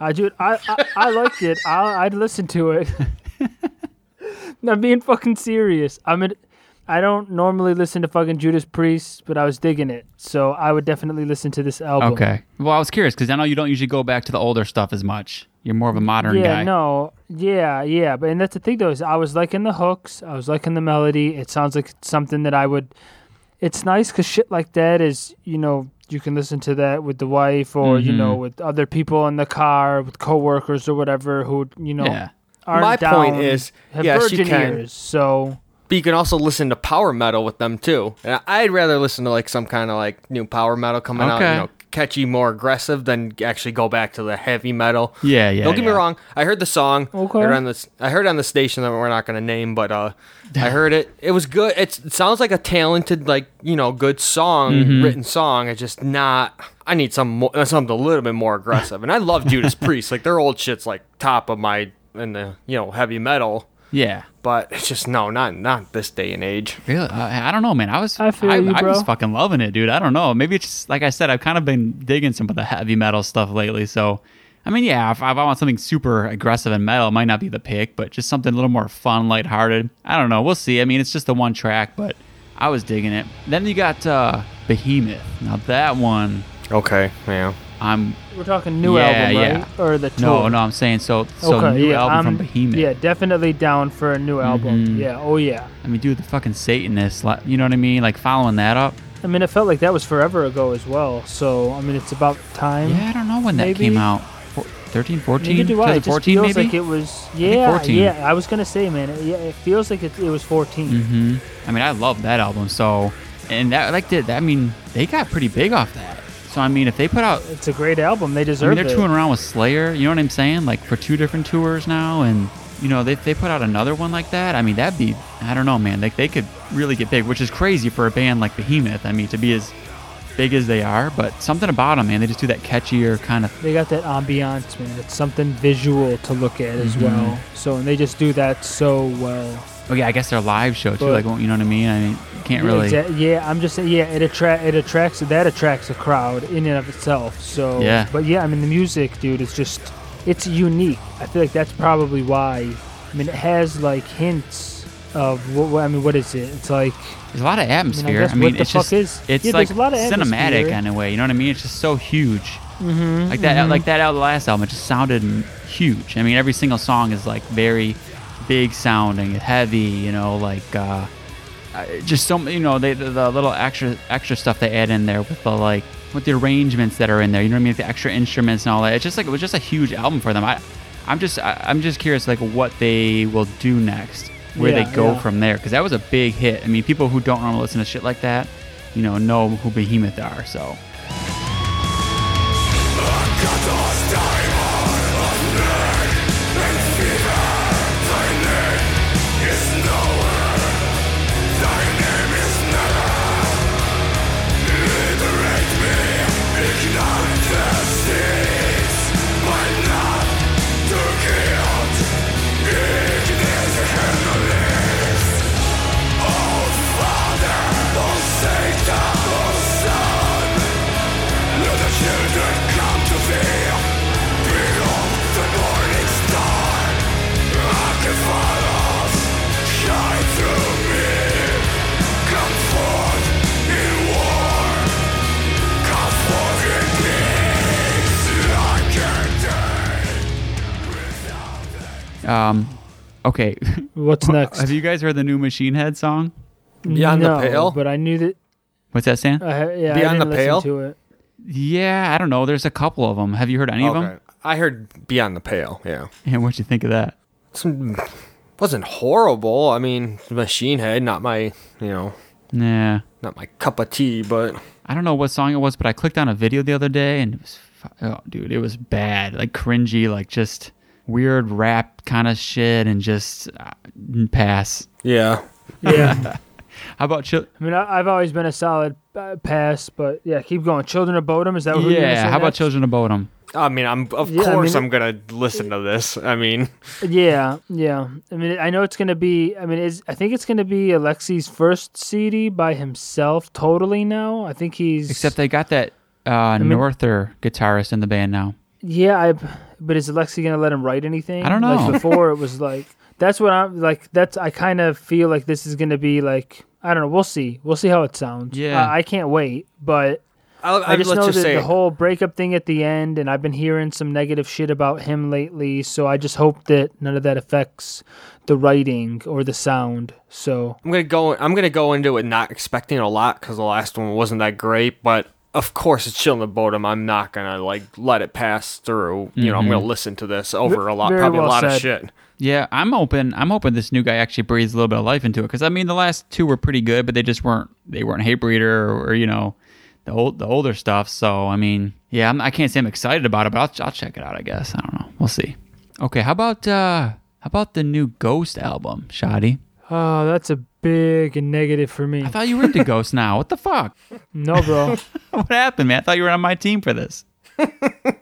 I dude, I, I I liked it. I I'd listen to it. I'm being fucking serious. I mean, I don't normally listen to fucking Judas Priest, but I was digging it, so I would definitely listen to this album. Okay. Well, I was curious because I know you don't usually go back to the older stuff as much. You're more of a modern Yeah, guy. no, yeah, yeah, but and that's the thing though is I was liking the hooks, I was liking the melody. It sounds like something that I would. It's nice because shit like that is you know you can listen to that with the wife or you Mm-hmm. know with other people in the car with coworkers or whatever who you know Yeah. aren't My point down, is, have yes, you virgin can. ears. So but you can also listen to power metal with them too. And I'd rather listen to like some kind of like new power metal coming out, Okay. you know, catchy, more aggressive than actually go back to the heavy metal. Yeah, yeah, Don't get me yeah. wrong. I heard the song. Okay. I heard on this. I heard on the station that we're not going to name, but uh, I heard it. It was good. It's, it sounds like a talented, like you know, good song, Mm-hmm. written song. It's just not. I need some more, something a little bit more aggressive. And I love Judas Priest. Like their old shit's like top of my in the you know heavy metal Yeah. but it's just no, not not this day and age. Really? Uh, I, I don't know, man. I was I feel I, you, I bro. was fucking loving it, dude. I don't know. Maybe it's just, like I said, I've kind of been digging some of the heavy metal stuff lately. So, I mean, yeah, if, if I want something super aggressive and metal, it might not be the pick, but just something a little more fun, lighthearted. I don't know. We'll see. I mean, it's just the one track, but I was digging it. Then you got uh, Behemoth. Now that one, Okay, yeah. I'm we're talking new Yeah, album, right? yeah. Or the tour. no, no. I'm saying so. So new album I'm- from Mm-hmm. Behemoth. Yeah, definitely down for a new album. Yeah, oh yeah. I mean, dude, the fucking Satanist. like, You know what I mean? Like following that up. I mean, it felt like that was forever ago as well. So I mean, it's about time. Yeah, I don't know when that Maybe. came out. Four- 13, 14? Neither do I. It just 2014 feels maybe? like it was. Yeah, 14. yeah. I was gonna say, man. It, yeah, it feels like it, it was 14. hmm I mean, I love that album. So, and that like did I mean they got pretty big off that. So I mean, if they put out, It's a great album. They I mean, deserve they're it. touring around with Slayer. You know what I'm saying? Like for two different tours now, and you know, if they put out another one like that, I mean, that'd be, I don't know, man. Like, they could really get big, which is crazy for a band like Behemoth. I mean, to be as big as they are, but something about them, man. They just do that catchier kind of. They got that ambiance, man. It's something visual to look at as Mm-hmm. well. So, and they just do that so well. Oh, yeah, I guess their live show, too. But- like, well, you know what I mean? I mean, you can't really. Yeah, exa- yeah, I'm just saying. Yeah, it attract it attracts that attracts a crowd in and of itself. So Yeah. but yeah, I mean the music, dude, is just it's unique. I feel like that's probably why. I mean, it has like hints of what, what I mean. What is it? It's like There's a lot of mean, I atmosphere. guess I mean, what the it's fuck just is- it's Yeah, like there's a lot of cinematic atmosphere. in a way. You know what I mean? It's just so huge. Mm-hmm, like that, like that out last album. It just sounded m- huge. I mean, every single song is like very big sounding, heavy. You know, like uh, uh, just so m- you know they, the, the little extra extra stuff they add in there with the like with the arrangements that are in there. You know what I mean? The extra instruments and all that. It's just like it was just a huge album for them. I, I'm just I, I'm just curious like what they will do next, where Yeah, they go yeah. from there because that was a big hit. I mean, people who don't normally listen to shit like that, you know, know who Behemoth are. So um, okay, what's next? have you guys heard the new Machine Head song? Beyond the No, Pale? But I knew that. What's that stand? I ha- yeah, I Beyond the didn't listen Pale? to it. yeah, I don't know. There's a couple of them. Have you heard any of them? I heard Beyond the Pale. Yeah. And what'd you think of that? Some, wasn't horrible. I mean, Machine Head, not my, you know, Yeah. not my cup of tea, but I don't know what song it was, but I clicked on a video the other day and it was, fu- oh, dude, it was bad, like cringy, like just weird rap kind of shit, and just uh, pass. yeah. Yeah, How about Chil- I mean, I, I've always been a solid uh, pass, but yeah, keep going. Children of Bodom is that what? yeah? How about Children of Bodom? I mean, I'm of Yeah, I course I mean- am gonna listen to this. I mean, Yeah, yeah. I mean, I know it's gonna be. I mean, is I think it's gonna be Alexi's first CD by himself totally now. I think he's Except they got that uh, mean- Norther guitarist in the band now. yeah. I but is Alexi gonna let him write anything? I don't know. Like before, it was like that's what I'm like. That's I kind of feel like this is gonna be like I don't know. We'll see. We'll see how it sounds. Yeah. I, I can't wait. But I'll, I, just let's know just that say the whole breakup thing at the end, and I've been hearing some negative shit about him lately. So I just hope that none of that affects the writing or the sound. So. I'm gonna go. I'm gonna go into it not expecting a lot because the last one wasn't that great. But of course, it's chilling the bottom. I'm not gonna like let it pass through. You know, I'm gonna listen to this over a lot, Mm-hmm. Very probably well a lot said. of shit. Yeah, I'm hoping I'm hoping this new guy actually breathes a little bit of life into it because I mean the last two were pretty good, but they just weren't they weren't hate breeder or, or, you know the old the older stuff. So I mean, yeah, I'm, I can't say I'm excited about it, but I'll, ch- I'll check it out. I guess I don't know. We'll see. Okay, how about uh how about the new Ghost album, Shoddy? Oh, that's a big negative for me. I thought you were into Ghost now. What the fuck? No, bro. What happened, man? I thought you were on my team for this.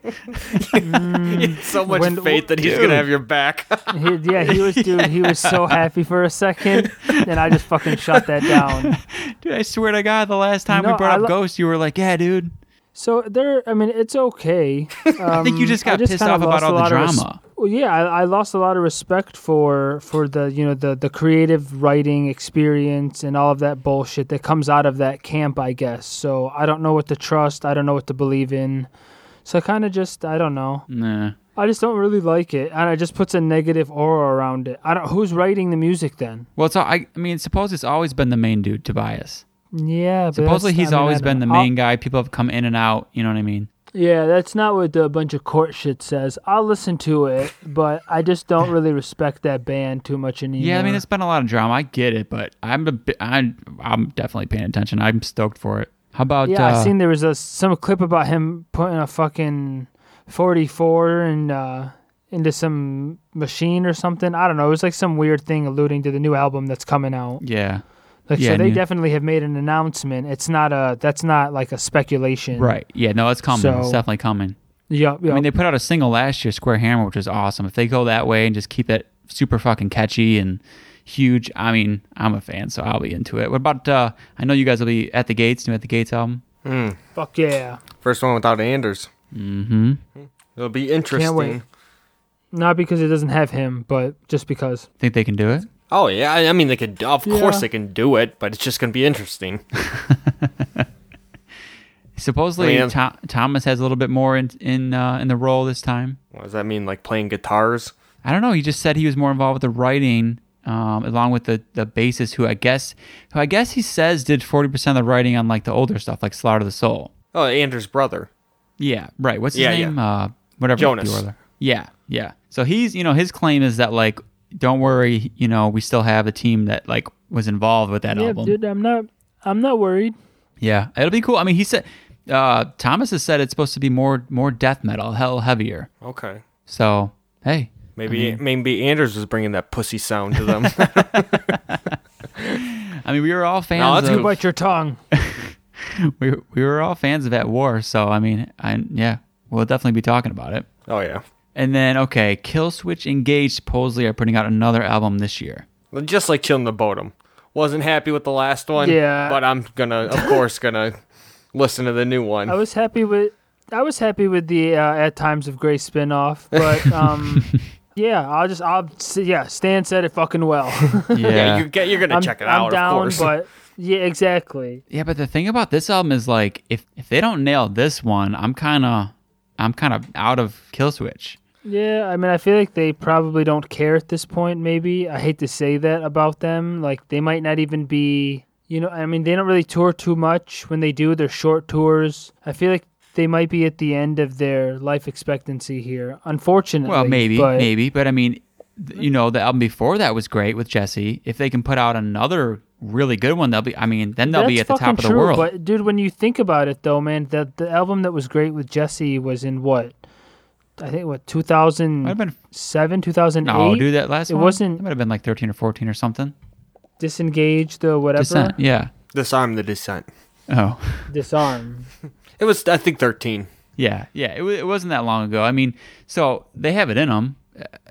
So much When- faith that he's gonna have your back. He- yeah, he was, dude. He was so happy for a second, and I just fucking shut that down. Dude, I swear to God, the last time No, we brought I up lo- Ghost, you were like, "Yeah, dude." So there, I mean, it's okay. Um, I think you just I got just pissed kinda off about lost all a the lot of res- drama. Well, yeah, I, I lost a lot of respect for for the you know the the creative writing experience and all of that bullshit that comes out of that camp, I guess. So I don't know what to trust. I don't know what to believe in. So I kind of just I don't know. nah. I just don't really like it, and it just puts a negative aura around it. I don't. Who's writing the music then? Well, it's all, I, I mean, suppose it's always been the main dude, Tobias. Yeah, but Supposedly that's- he's I mean, I always don't been the know. main guy. People have come in and out. You know what I mean? I'll- yeah, that's not what the bunch of court shit says. I'll listen to it, but I just don't really respect that band too much anymore. Yeah, I mean, there's been a lot of drama. I get it, but I'm a bi- I'm, I'm definitely paying attention. I'm stoked for it. How about yeah. uh, I seen there was a some clip about him putting a fucking forty four and uh, into some machine or something. I don't know. It was like some weird thing alluding to the new album that's coming out. Yeah. Like Yeah, so they new- definitely have made an announcement. It's not a that's not like a speculation. Right. Yeah. No, it's coming. it's So- definitely coming. Yep, yep. I mean, they put out a single last year, Square Hammer, which was awesome. If they go that way and just keep it super fucking catchy and huge, I mean, I'm a fan, so I'll be into it. What about? uh I know you guys will be at the Gates, new at the Gates album. Fuck yeah. First one without Anders. Mm-hmm. It'll be interesting. Can't wait. Not because it doesn't have him, but just because. Think they can do it? Oh yeah, I I mean they could. Of course Yeah. they can do it, but it's just gonna be interesting. Supposedly, I mean- Tho- Thomas has a little bit more in in uh, in the role this time. What does that mean? Like playing guitars? I don't know. He just said he was more involved with the writing, um, along with the the bassist, who I guess, who I guess he says did forty percent of the writing on like the older stuff, like Slaughter of the Soul. Oh, Anders' brother. Yeah, right. What's his Yeah, yeah. name? Uh, whatever. Jonas. the other- Yeah, yeah. So he's, you know, his claim is that like, don't worry, you know, we still have the team that like was involved with that Yeah, album. dude, I'm not I'm not worried. Yeah, it'll be cool. I mean, he said uh, Thomas has said it's supposed to be more more death metal, hell heavier. Okay. So hey, Maybe maybe Anders was bringing that pussy sound to them. I mean, we were all No, fans. that's of, good. Bite your tongue. we we were all fans of At War. So I mean, I yeah, we'll definitely be talking about it. oh yeah. And then okay, Killswitch Engage supposedly are putting out another album this year. Just like chilling the bottom. Wasn't happy with the last one. Yeah. But I'm gonna, of course, gonna listen to the new one. I was happy with I was happy with the uh, at times of Grace spinoff, but um, yeah, I'll just I'll s- yeah. Stan said it fucking well. yeah, you get, you're gonna I'm, check it I'm out. down, of course. but yeah, exactly. Yeah, but the thing about this album is like if if they don't nail this one, I'm kind of I'm kind of out of Killswitch. Yeah, I mean, I feel like they probably don't care at this point. Maybe I hate to say that about them. Like they might not even be. You know, I mean, they don't really tour too much. When they do, they're short tours. I feel like they might be at the end of their life expectancy here. Unfortunately, Well, maybe, but- maybe, but I mean, th- you know, the album before that was great with Jesse. If they can put out another really good one, they'll be. I mean, then they'll be at That's the top of fucking the true, world. But dude, when you think about it, though, man, that the album that was great with Jesse was in what? I think what two Might have thousand been seven, two thousand eight. no, do that last. It one? wasn't- It might have been like thirteen or fourteen or something. Disengage the whatever. Descent. Yeah. Disarm the descent. Oh. Disarm. It was, I think, 13. Yeah, yeah. It, wa- it wasn't that long ago. I mean, so they have it in them.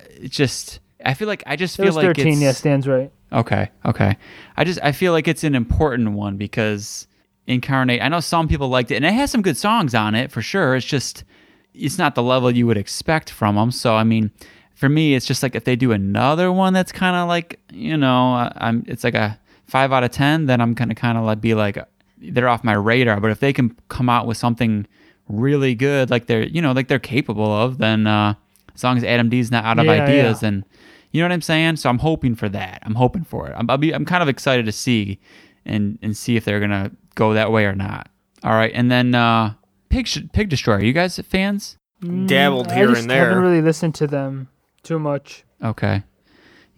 It just, I feel like I just It feel was like thirteen. it's yeah, stands right. okay, okay. I just I feel like it's an important one because Incarnate. I know some people liked it, and it has some good songs on it for sure. It's just it's not the level you would expect from them. So I mean, for me, it's just like if they do another one that's kind of like you know, I- I'm it's like a five out of ten, then I'm gonna kind of like be like they're off my radar. But if they can come out with something really good, like they're you know like they're capable of, then uh, as long as Adam D's not out of Yeah, ideas, yeah. then you know what I'm saying. So I'm hoping for that. I'm hoping for it. I'm I'll be, I'm kind of excited to see and and see if they're gonna go that way or not. All right, and then uh, Pig Sh- Pig Destroyer. You guys fans? Dabbled I here just and there. haven't really listened to them too much. Okay.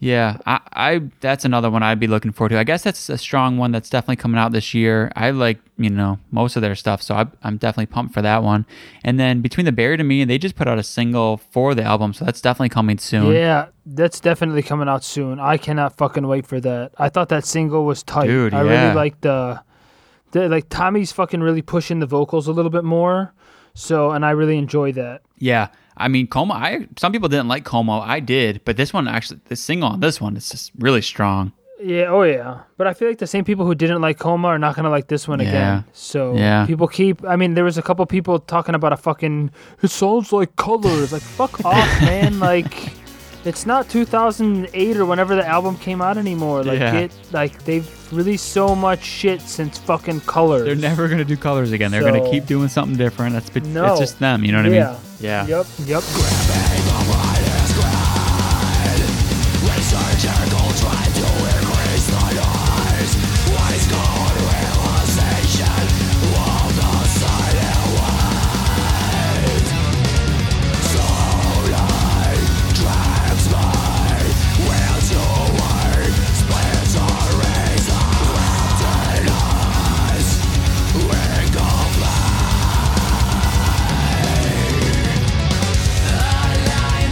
Yeah, I, I that's another one I'd be looking forward to. I guess that's a strong one that's definitely coming out this year. I like you know most of their stuff, so I, I'm definitely pumped for that one. And then between the Buried and Me, they just put out a single for the album, so that's definitely coming soon. Yeah, that's definitely coming out soon. I cannot fucking wait for that. I thought that single was tight. Dude, I yeah. really like the, the like Tommy's fucking really pushing the vocals a little bit more. So, and I really enjoy that. Yeah, I mean Como. I some people didn't like Como. I did, but this one actually, the single on this one is just really strong. Yeah, oh yeah. But I feel like the same people who didn't like Coma are not gonna like this one Yeah. again. So Yeah. people keep. I mean, there was a couple people talking about a fucking. It sounds like colors. like fuck off, man. Like. It's not 2008 or whenever the album came out anymore. Like Yeah. it, like they've released so much shit since fucking Colors. They're never gonna do colors again. They're gonna So- keep doing something different. That's be- No. it's just them. You know what I Yeah. mean? Yeah. Yep. Yep.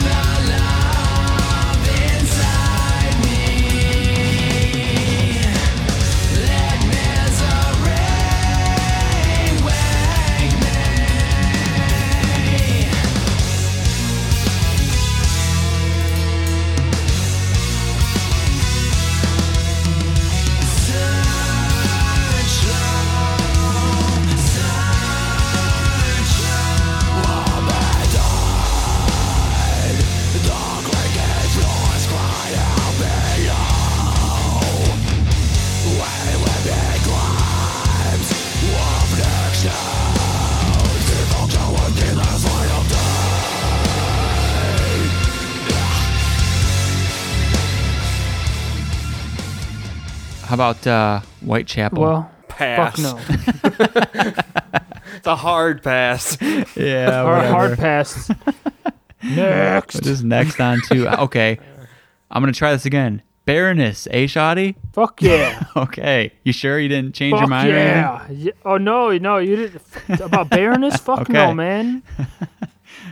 the How about uh, Whitechapel? Well, Pass. fuck no. It's a hard pass. yeah, Or whatever. hard pass. Next. What is next on to? Okay, I'm gonna try this again. Baroness, eh, Shoddy? Fuck yeah. Okay, you sure you didn't change your Fuck mind? or anything? yeah. yeah. Oh no, no, you didn't f- about Baroness. Fuck Okay. no, man.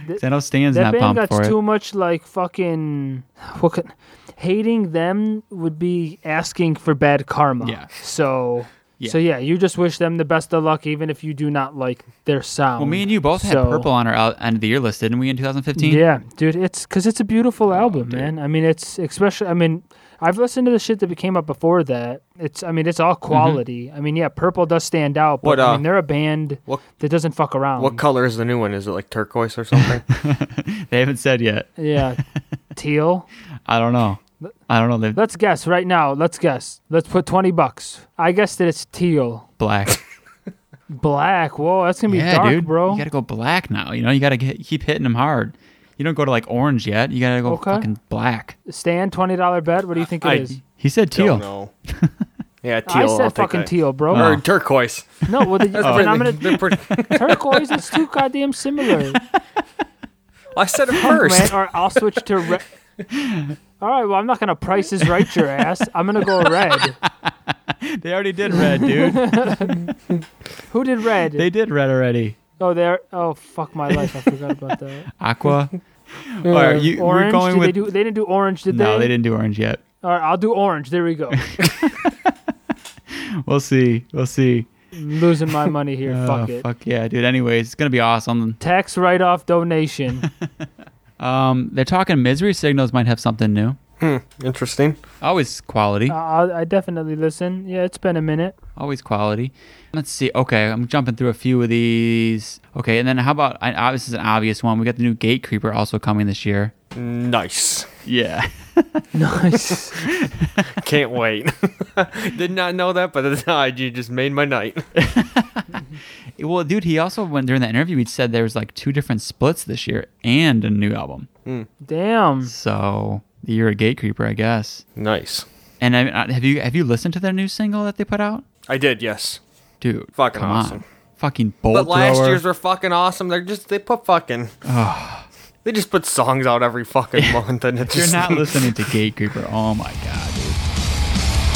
'Cause I know Stan's That not band pumped got for too it. much like fucking. What could, hating them would be asking for bad karma. Yeah. So. Yeah. So yeah, you just wish them the best of luck, even if you do not like their sound. Well, me and you both had So- purple on our out- end of the year list, didn't we? In 2015. Yeah, dude, it's because it's a beautiful Oh, album, man. I mean, it's especially. I mean, I've listened to the shit that came up before that. It's. I mean, it's all quality. I mean, yeah, Purple does stand out, Mm-hmm. What, but I uh, mean, they're a band what- that doesn't fuck around. What color is the new one? Is it like turquoise or something? They haven't said yet. yeah, teal. I don't know. I don't know. They're Let's guess right now. Let's guess. Let's put twenty bucks. I guess that it's teal, black. black. Whoa, that's gonna be yeah, dark, dude. bro. You gotta go black now. You know, you gotta get, keep hitting them hard. You don't go to like orange yet. You gotta go Okay. fucking black. Stan, twenty dollar bet. What do you think it I- is? He said Don't teal. know. Yeah, teal. I I'll said take fucking that. teal, bro. Or turquoise. No, well, the, Oh. then I'm gonna They're pretty- turquoise. It's too goddamn similar. I said it Fuck, first. man, or I'll switch to red. All right, well, I'm not gonna price is right your ass. I'm gonna go red. They already did red, dude. Who did red? they did red already. oh, there. Oh, fuck my life. I forgot about that. Aqua. or you, Uh, orange? we're going did with. they do? They didn't do orange, did no, they? they didn't do orange yet. All right, I'll do orange. There we go. We'll see. We'll see. I'm losing my money here. fuck Oh, it. Fuck yeah, dude. Anyways, it's gonna be awesome. Tax write-off donation. Um, they're talking misery signals might have something new. Interesting. Always quality. I- I'll, I definitely listen. Yeah, it's been a minute. Always quality. Let's see. Okay, I'm jumping through a few of these. Okay, and then how about? I, I- this is an obvious one. We got the new Gate Creeper also coming this year. Nice. Yeah. Nice. Can't wait. Did not know that, but now you just made my night. Well, dude, he also went during that interview. He said there was like two different splits this year and a new album. Damn. So the year of Gate Creeper, I guess. Nice. And I, I- have you have you listened to their new single that they put out? I did, yes. Dude, Fucking come awesome. on. Fucking bolt But last thrower. year's were fucking awesome. They're just they put fucking. They just put songs out every fucking month, and it's You're just not listening to Gate Creeper. Oh my god, dude.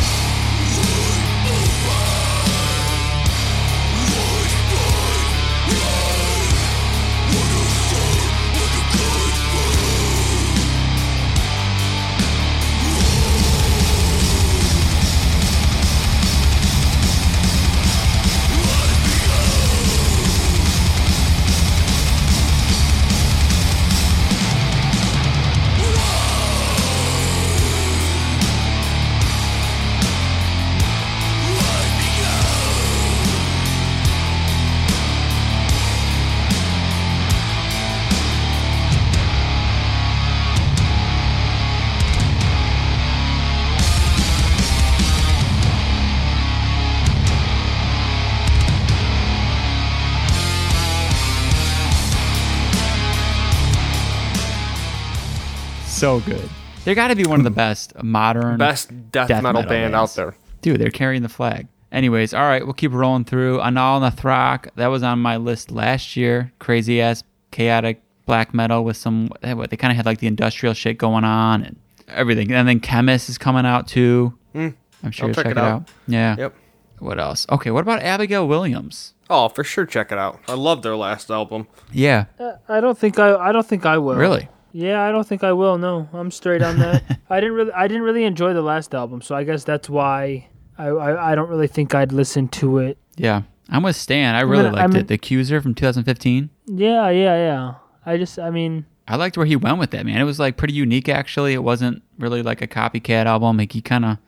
So good. They got to be one of the best modern best death, Death metal, metal band bands. out there. Dude, they're carrying the flag. Anyways, all right, we'll keep rolling through. Anal Nathrak, that was on my list last year. Crazy ass chaotic black metal with some eh, what they kind of had like the industrial shit going on and everything. And then Chemist is coming out too. I'm sure Hmm. I'll you'll check it check, it out. out. Yeah. Yep. What else? Okay, what about Abigail Williams? Oh, for sure, check it out. I love their last album. Yeah. I don't think I. I don't think I will. Really? Yeah, I don't think I will. No, I'm straight on that. I didn't really, I didn't really enjoy the last album, so I guess that's why I, I, I don't really think I'd listen to it. Yeah. I'm with Stan. I really gonna- liked I'm- it. The Accuser from 2015. Yeah, yeah, yeah. I just, I mean, I liked where he went with that, man. It was like pretty unique, actually. It wasn't really like a copycat album. Like he kind of,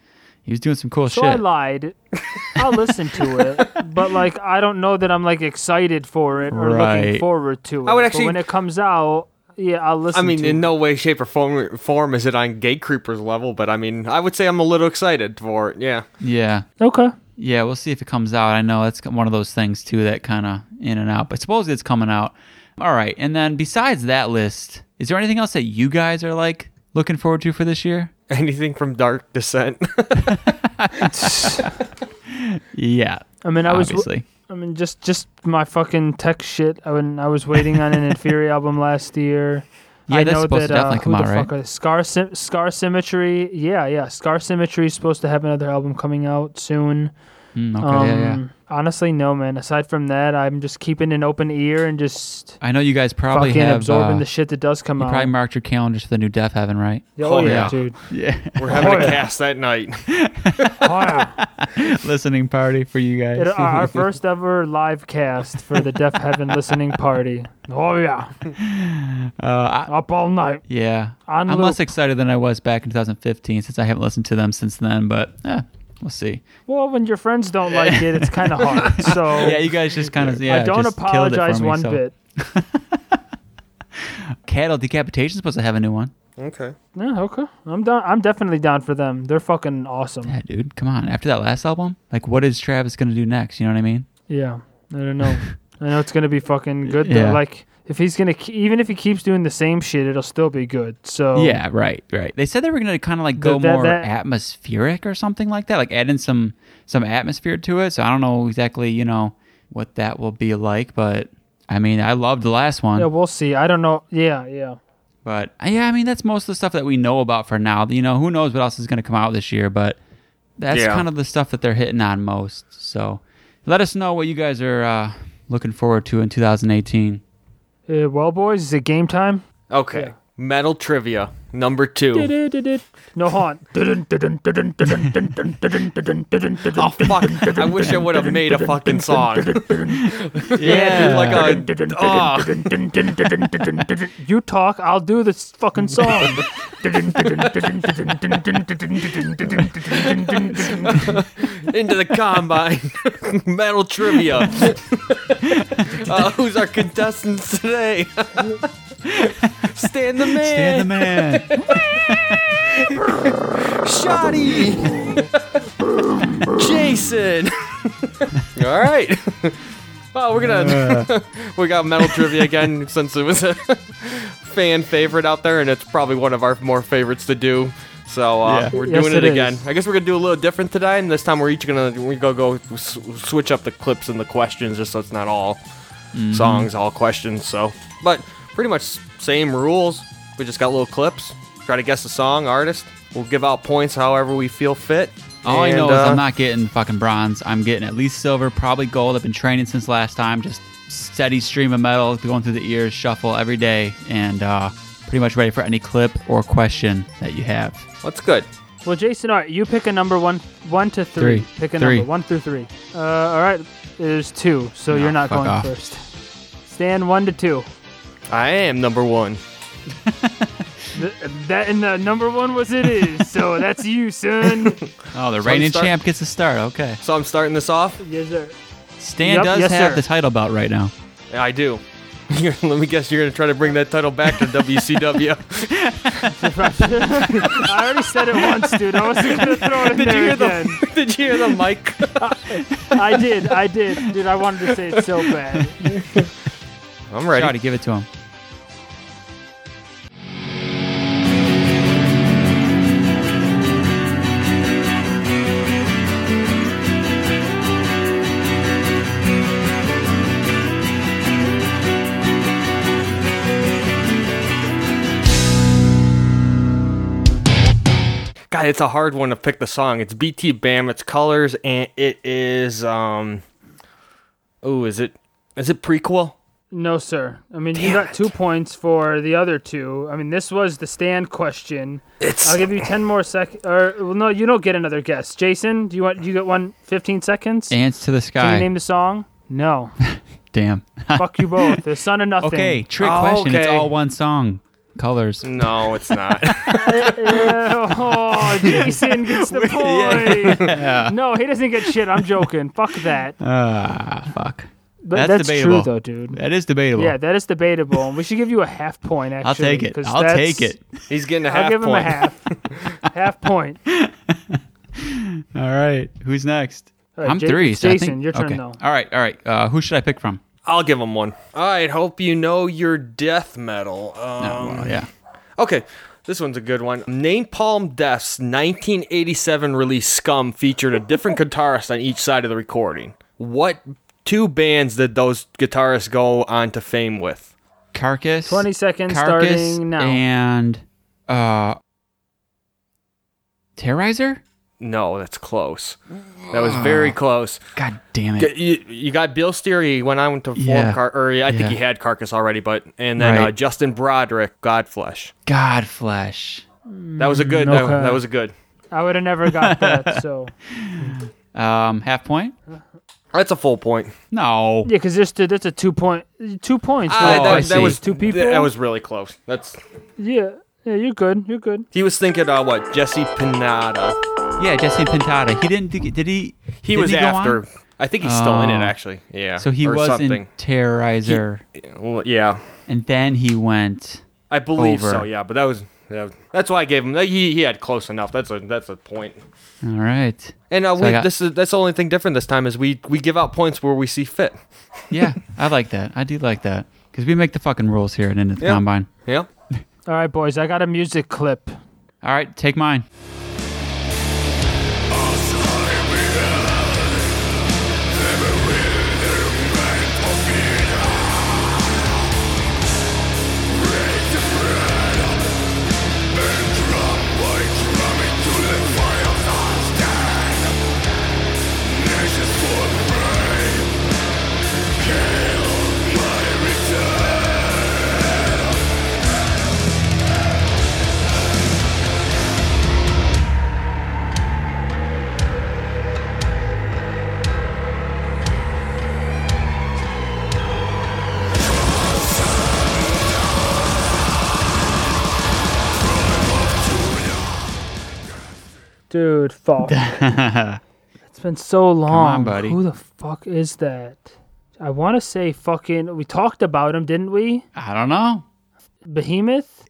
he was doing some cool so I shit. lied. I'll listen to it, but like, I don't know that I'm like excited for it or Right. looking forward to it. I would But actually- when it comes out, yeah, I'll listen. I mean, to in it. no way, shape, or form, form is it on Gate Creeper's level, but I mean, I would say I'm a little excited for it. Yeah. yeah, okay, yeah. We'll see if it comes out. I know that's one of those things too that kind of in and out. But supposedly it's coming out. All right. And then besides that list, is there anything else that you guys are like looking forward to for this year? Anything from Dark Descent? Yeah, I mean, I was. obviously. I mean, just just my fucking tech shit. I when I was waiting on an inferior album last year. Yeah, I that's know supposed that, to definitely uh, come who the out, right? fuck are- Scar Sym- Scar Symmetry. Yeah, yeah. Scar Symmetry is supposed to have another album coming out soon. Mm, okay, um, yeah, yeah. Honestly, no, man. Aside from that, I'm just keeping an open ear and just I know you guys probably fucking have. absorbing uh, the shit that does come you out. probably marked your calendars for the new Death Heaven, right? oh, yeah, yeah. dude. Yeah, We're having Oh, a yeah. cast that night. Oh, yeah. listening party for you guys. It- uh, our, our first ever live cast for the Deaf Heaven listening party. Oh yeah, uh, I, up all night. yeah, On I'm less loop. excited than I was back in 2015 since I haven't listened to them since then. But eh, we'll see. Well, when your friends don't like it, it's kind of hard. So Yeah, you guys just kind of yeah. Oh, I don't just killed it for apologize me, one so. bit. Cattle decapitation supposed to have a new one. Okay. No, okay. I'm down. I'm definitely down for them. They're fucking awesome. Yeah, dude, come on. After that last album, like, what is Travis gonna do next? You know what I mean? Yeah, I don't know. I know it's gonna be fucking good. Yeah. Though. Like if he's gonna, ke- even if he keeps doing the same shit, it'll still be good. So Yeah, right, right. They said they were gonna kind of like go Oh. that- more that- atmospheric or something like that, like add in some some atmosphere to it. So I don't know exactly, you know, what that will be like, but I mean, I loved the last one, yeah, we'll see. I don't know. Yeah, yeah. but uh, yeah, I mean, that's most of the stuff that we know about for now. You know, who knows what else is gonna come out this year, but that's Yeah. kind of the stuff that they're hitting on most. So let us know what you guys are uh, looking forward to in 2018. Uh, well, boys, is it game time? Okay. Metal trivia number two. No haunt. oh fuck! I wish I would have made a fucking song. Yeah, like uh, a oh, You talk, I'll do this fucking song. into the combine. Metal trivia. uh, who's our contestants today? Stand the man. Stand the man. Shoddy. Jason. All right. Well, we're gonna we got metal trivia again since it was a fan favorite out there, and it's probably one of our more favorites to do. So uh, Yeah. we're Yes, doing it, it is. again. I guess we're gonna do a little different today, and this time we're each gonna we go go s- switch up the clips and the questions, just so it's not all Mm-hmm. songs, all questions. So, but pretty much same rules. We just got little clips. Try to guess the song, artist. We'll give out points however we feel fit. All I And, know is uh, I'm not getting fucking bronze. I'm getting at least silver, probably gold. I've been training since last time. Just steady stream of metal going through the ears, shuffle every day, and uh, pretty much ready for any clip or question that you have. That's good. well, Jason, all right, you pick a number one, one to three. Three. Pick a Three. number one through three. Uh, all right, there's two, so No, you're not fuck going off. first. Stan one to two. I am number one. Th- that and the number one was it is. so that's you, son. Oh, the reigning start- champ gets a start. Okay. So I'm starting this off. yes, sir. Stan Yep, does yes, have sir. the title belt right now. I do. Let me guess you're going to try to bring that title back to WCW. I already said it once, dude. I wasn't gonna throw it in did, you there hear again. the, did you hear the mic? I did, I did, dude. I wanted to say it so bad. I'm ready. Shawty, give it to him. God, it's a hard one to pick the song. It's BT Bam, it's Colors, and it is um Oh, is it is it prequel? No, sir. I mean, you Damn got it. two points for the other two. I mean, this was the stand question. It's I'll give you 10 more seconds. Or, well, no, you don't get another guess. Jason, do you want, you get one 15 seconds? Dance to the Can sky. you name the song? No. Damn. Fuck you both. There's son of nothing. Ah, Okay, Mm. trick Oh, question. It's okay. all one song. Colors. No, it's not. Oh, Jason gets the point. No, he doesn't get shit. I'm joking. Fuck that. But Ah, fuck. That's that's debatable. true, though, dude. That is debatable. Yeah, that is debatable. And we should give you a half point, actually. I'll take it. 'cause I'll that's- take it. He's getting a half I'll give him point. a half. half point. All right. Who's next? All right, I'm Uh, Ja- three. it's So I Jason, think- your turn okay. now. All right, all right. Uh, who should I pick from? I'll give him one. All right, hope you know your death metal. Um, Oh, well, yeah. Okay, This one's a good one. Napalm Death's 1987 release Scum featured a different guitarist on each side of the recording. What two bands did those guitarists go on to fame with? Carcass. 20 seconds Carcass starting now. And uh, Terrorizer. No, that's close. That was very close. God damn Y- it! You, you got Bill Steery when I went to form Yeah. Car- or I think Yeah. he had Carcass already, but and then uh, Right. Justin Broderick, Godflesh. God flesh. That was a good. Mm, that- okay. That, was a good. I would have never got that. So Um, half point. That's a full point. No. yeah, because there's th- that's a two point two points. Ah, right? I that, that see. was Two people? That was really close. That's yeah, yeah, you're good. You're good. he was thinking. Uh, what Jesse Pinata? Yeah, Jesse Pintata. He didn't. do- Did he? He didn't was go after. on? I think he's still in it Oh. actually. Yeah. So he or was something. in Terrorizer, Well, yeah, and then he went. I believe so. Over. Yeah, but that was. Yeah, that's why I gave him. He, he had close enough. That's a that's a point. All right. And uh, So I we, got- this is that's the only thing different this time is we we give out points where we see fit. Yeah, I like that. I do like that because we make the fucking rules here at Into the Yeah. Combine. Yeah. All right, boys, I got a music clip. All right, take mine. Dude, fuck. it's been so long. buddy. Who the fuck is that? I want to say fucking. We talked about him, didn't we? I don't know. Behemoth.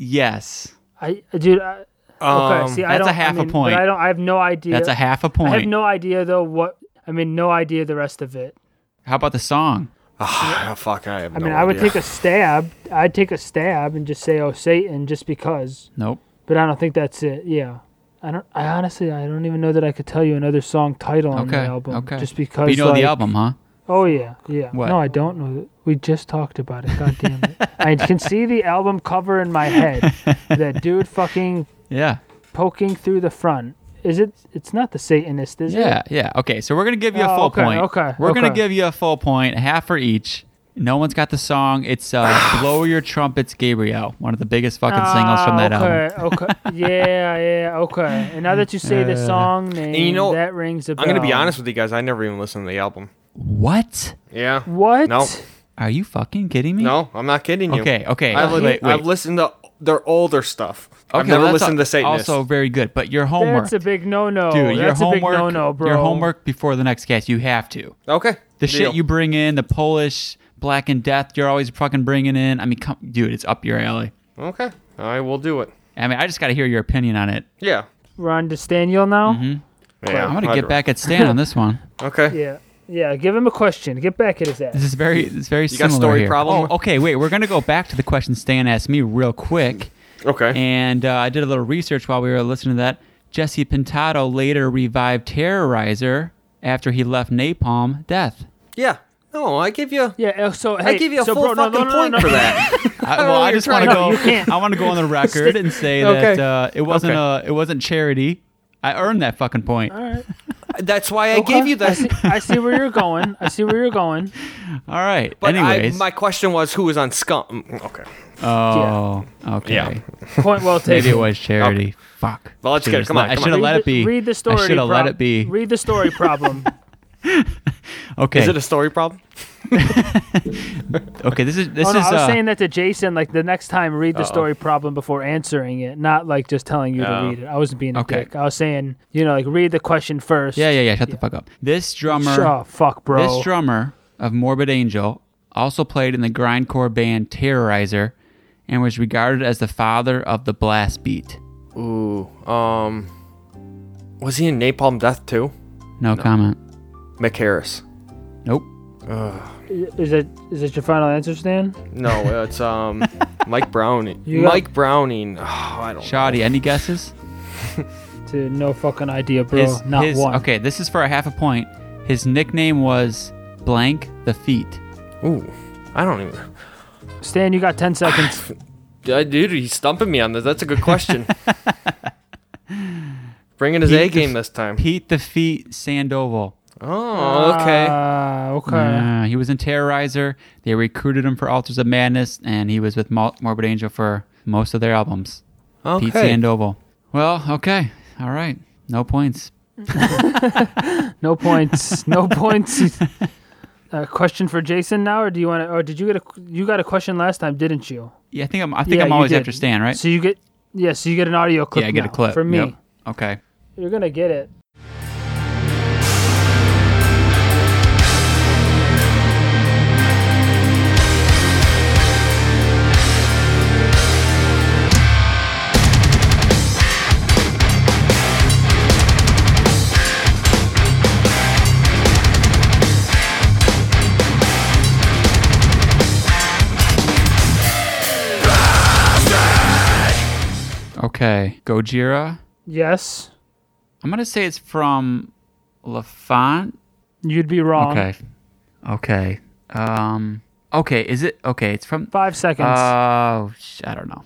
Yes, I, dude. I, okay. Um, see, I that's a don't. half I a mean, but point. I don't. I have no idea. that's a half a point. I have no idea though. What? I mean, no idea the rest of it. How about the song? Ah, fuck, I have I no mean, I would idea. take a stab. I'd take a stab and just say, "Oh, Satan," just because. Nope. But I don't think that's it. Yeah. I don't. I honestly, I don't even know that I could tell you another song title on the Okay. album. Okay. Just But because you know like, the album, huh? Oh yeah, yeah. What? No, I don't know. that. We just talked about it. God damn it! I can see the album cover in my head. that dude fucking Yeah. poking through the front. Is it? It's not the Satanist, is Yeah. it? Yeah. Okay. So we're gonna give you a Oh, full okay, point. okay, We're gonna okay. give you a full point, half for each. No one's got the song. It's uh, "Blow Your Trumpets, Gabriel," one of the biggest fucking singles from that album. Ah, Uh, okay, album. okay. Yeah, yeah, okay. And now that you say the song name, you know, that rings a bell. I'm gonna be honest with you guys. I never even listened to the album. What? Yeah. What? No. Are you fucking kidding me? No, I'm not kidding you. Okay. Okay. I've, wait. li- Wait. I've listened to their older stuff. I've Okay, never well, that's listened al- to Satanist. Also, very good. But your homework, That's a big no-no. dude. Your That's homework. a big no-no, bro. Your homework before the next cast. You have to. okay. The deal. shit you bring in, the Polish Black and Death. You're always fucking bringing in. I mean, come, dude, it's up your alley. Okay. I will do it. I mean, I just got to hear your opinion on it. Yeah. Ron Destaniel now. Mm-hmm. Yeah, I'm gonna I'd- get back at Stan on this one. Okay. Yeah, yeah. Give him a question. Get back at his ass. This is very, it's very got similar story here. problem? Oh, okay. Wait, we're gonna go back to the question Stan asked me real quick. Okay. And uh, I did a little research while we were listening to that. Jesse Pintado later revived Terrorizer after he left Napalm Death. yeah. No, I give you. Yeah, uh, so hey, I give you a so full bro, no, no, fucking no, no, point no, for no. that. I, well, I you're just want to trying- go. you can't. I want to go on the record and say that Okay. uh, it wasn't Okay. a it wasn't charity. I earned that fucking point. All right. That's why I Okay, gave you I that. see, I see where you're going. I see where you're going. right. But I, Anyways. my question was, who was on Scum? Mm, Okay. oh. Okay. Yeah. Point well Maybe it taken. was charity. Fuck. Well, let's get it. Should've Come let- on, I come should have on. let Read it be. the- Read the story. I should have let prob- it be. Read the story problem. Okay. Is it a story problem? okay. This is this oh, no, is. I was uh, saying that to Jason. Like the next time, read the story problem before answering it, not like just telling you to Oh. read it. I wasn't being a Okay. dick. I was saying, you know, like read the question first. yeah, yeah, yeah. Shut the fuck up. This drummer. Sure, fuck, bro. This drummer of Morbid Angel also played in the grindcore band Terrorizer and was regarded as the father of the blast beat. Ooh. Um. Was he in Napalm Death too? No, comment. Mick Harris. Nope. Is it is it your final answer, Stan? No, it's um Mike Browning. You got- Mike Browning. Oh, I don't. Shoddy, any guesses? To no fucking idea, bro. His- Not his- one. Okay, this is for a half a point. His nickname was Blank the Feet. Ooh, I don't even. Stan, you got ten seconds. Uh, Dude, he's stumping me on this. That's a good question. Bringing his He A just- game this time. Pete the Feet Sandoval. Oh, okay. Uh, okay. Yeah, he was in Terrorizer. They recruited him for Altars of Madness, and he was with Mor- Morbid Angel for most of their albums. Pete Okay. Sandoval. Well, okay. All right. No points. No points. no points. Uh, question for Jason now, or do you want to? Or did you get a? You got a question last time, didn't you? Yeah, I think I'm, I think Yeah, I'm you always did. after Stan, right? So you get. Yeah. So you get an audio clip. yeah, I get a now clip. for me. Yep. Okay. You're gonna get it. Okay. Gojira. Yes. I'm going to say it's from LaFont. You'd be wrong. Okay. Okay. Um. Okay. Is it okay? It's from. Five seconds. Uh, Oh, sh I don't know.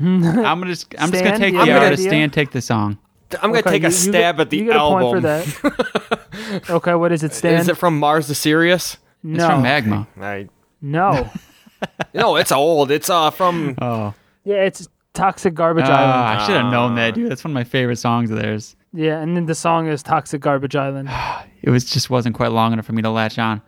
I'm gonna just. I'm just gonna Stan, take do you the have an artist. idea? Stan, take the song. I'm gonna Okay, take you- a you stab get- at the you get a album. point for that. okay, what is it, Stan? Is it from Mars to Sirius? no, It's from Magma. I no. no, it's old. It's uh from Oh. Yeah, it's Toxic Garbage Island. Ah, I should have known that, dude. That's one of my favorite songs of theirs. Yeah, and then the song is Toxic Garbage Island. It was just wasn't quite long enough for me to latch on.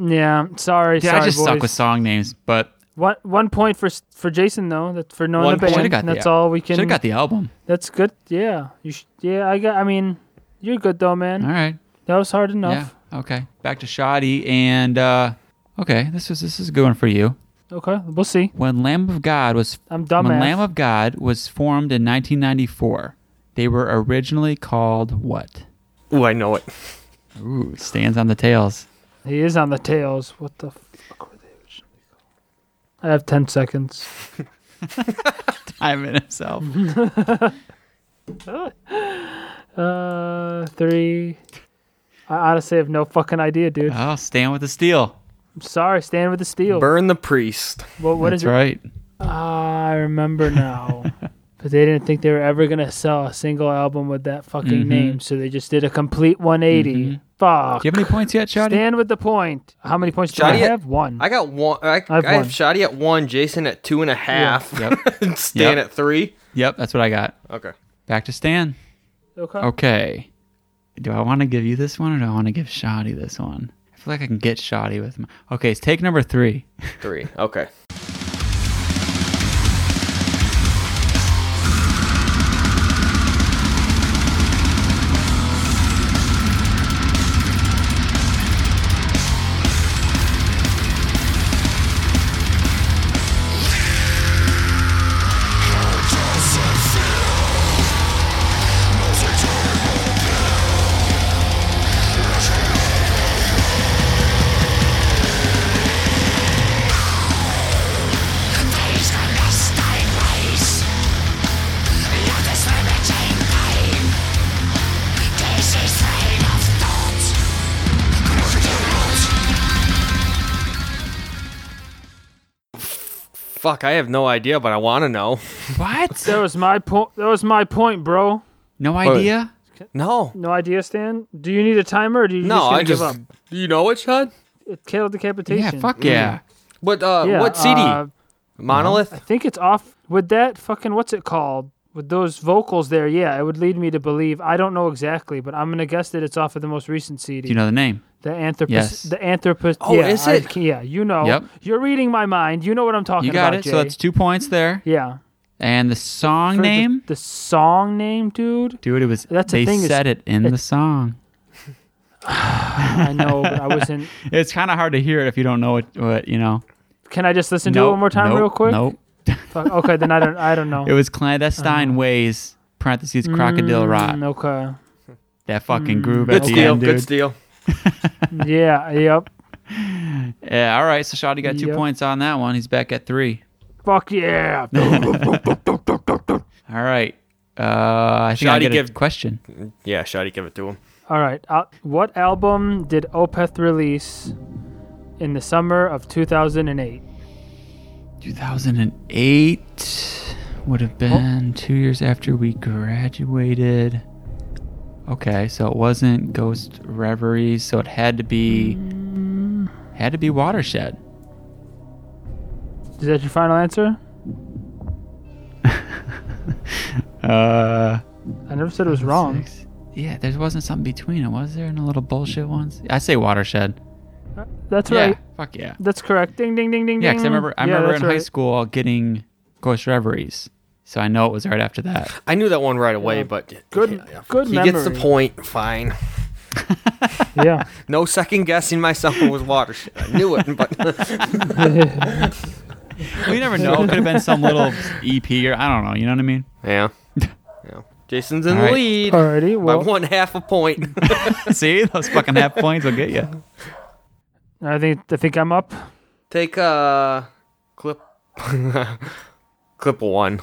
Yeah, sorry, Dude, sorry, I just boys. suck with song names, but One one point for s- for Jason though. That for knowing One the point. band. Should've got the- That's all we should can. have got the album. that's good. Yeah, you. Sh- yeah, I got. I mean, you're good though, man. All right. That was hard enough. Yeah. Okay. Back to Shoddy and uh okay, this was this is a good one for you. Okay, we'll see. When Lamb of God was I'm dumb. When Lamb of God was formed in 1994, they were originally called what? Ooh, I know it. Ooh, stands on the tails. He is on the tails. What the fuck were they originally called? I have 10 seconds. Time in itself. Uh, three. I honestly have no fucking idea, dude. Oh, stand with the steel. I'm sorry. Stand with the steel. Burn the priest. What, what That's is it? right. Ah, I remember now. Because they didn't think they were ever going to sell a single album with that fucking Mhm. name. So they just did a complete 180. Fuck. Mm-hmm. Do you have any points yet, Shoddy? Stand with the point. How many points do I Johnny, have? One. I got one. I, I, I have one. have Shoddy at one, Jason at two and a half, Yep. and Stan Yep. at three. Yep, that's what I got. Okay. Back to Stan. okay. Okay. Do I want to give you this one or do I want to give Shoddy this one? I feel like I can get Shoddy with my. Okay, it's take number three. Three. Okay. Fuck, I have no idea, but I want to know. What? That was my point. That was my point, bro. No idea? No. No idea, Stan. Do you need a timer? or Do you No, just gonna I give just. up? You know it, Shud? It killed decapitation. Yeah, fuck yeah. What, uh, Yeah, what CD? uh, Monolith? I think it's off with that fucking what's it called? With those vocals there, yeah, it would lead me to believe. I don't know exactly, but I'm gonna guess that it's off of the most recent CD. Do you know the name? the Anthropos. Yes. The Anthropos. Oh, yeah, is I it? ca- yeah, you know. Yep. You're reading my mind. You know what I'm talking You got about. it. Jay. So that's two points there. yeah. And the song For the- name? The, song name, dude. Dude, it was. That's the they thing is- said it in the song. I know, but I wasn't. It's kind of hard to hear it if you don't know what, what you know. Can I just listen to it Nope, one more time, nope, real quick? Nope. Fuck, okay, then I don't. I don't know. It was clandestine ways. Parentheses crocodile rock. Uh-huh. Mm, okay. That fucking groove Good at the steal. end, dude. Good steal. yeah, yep. Yeah, all right. So Shadi got two Yep. points on that one. He's back at three. Fuck yeah. All right. Uh, I think I Shadi, get a give- question. Yeah, Shotty, give it to him. All right. Uh, what album did Opeth release in the summer of 2008? 2008 would Oh. have been two years after we graduated. Okay, so it wasn't Ghost Reveries, so it had to be Mm. had to be Watershed. Is that your final answer? Uh, I never said it was wrong. six. Yeah, there wasn't something between it, was there? And the little bullshit ones. I say Watershed. That's yeah, right. fuck yeah. That's correct. Ding ding ding ding Yeah, ding. because I remember I Yeah, remember that's in high right. school getting Ghost Reveries, so I know it was right after that. I knew that one right away, but Good good he memory. gets the point. Fine. Yeah. No second guessing myself it was water. shit. I knew it, but We never know. It could have been some little EP or I don't know. You know what I mean? yeah. yeah. Jason's in All the right. lead Alrighty. by Well, one half a point. See, those fucking half points will get you. I think I think I'm up. Take uh clip clip one.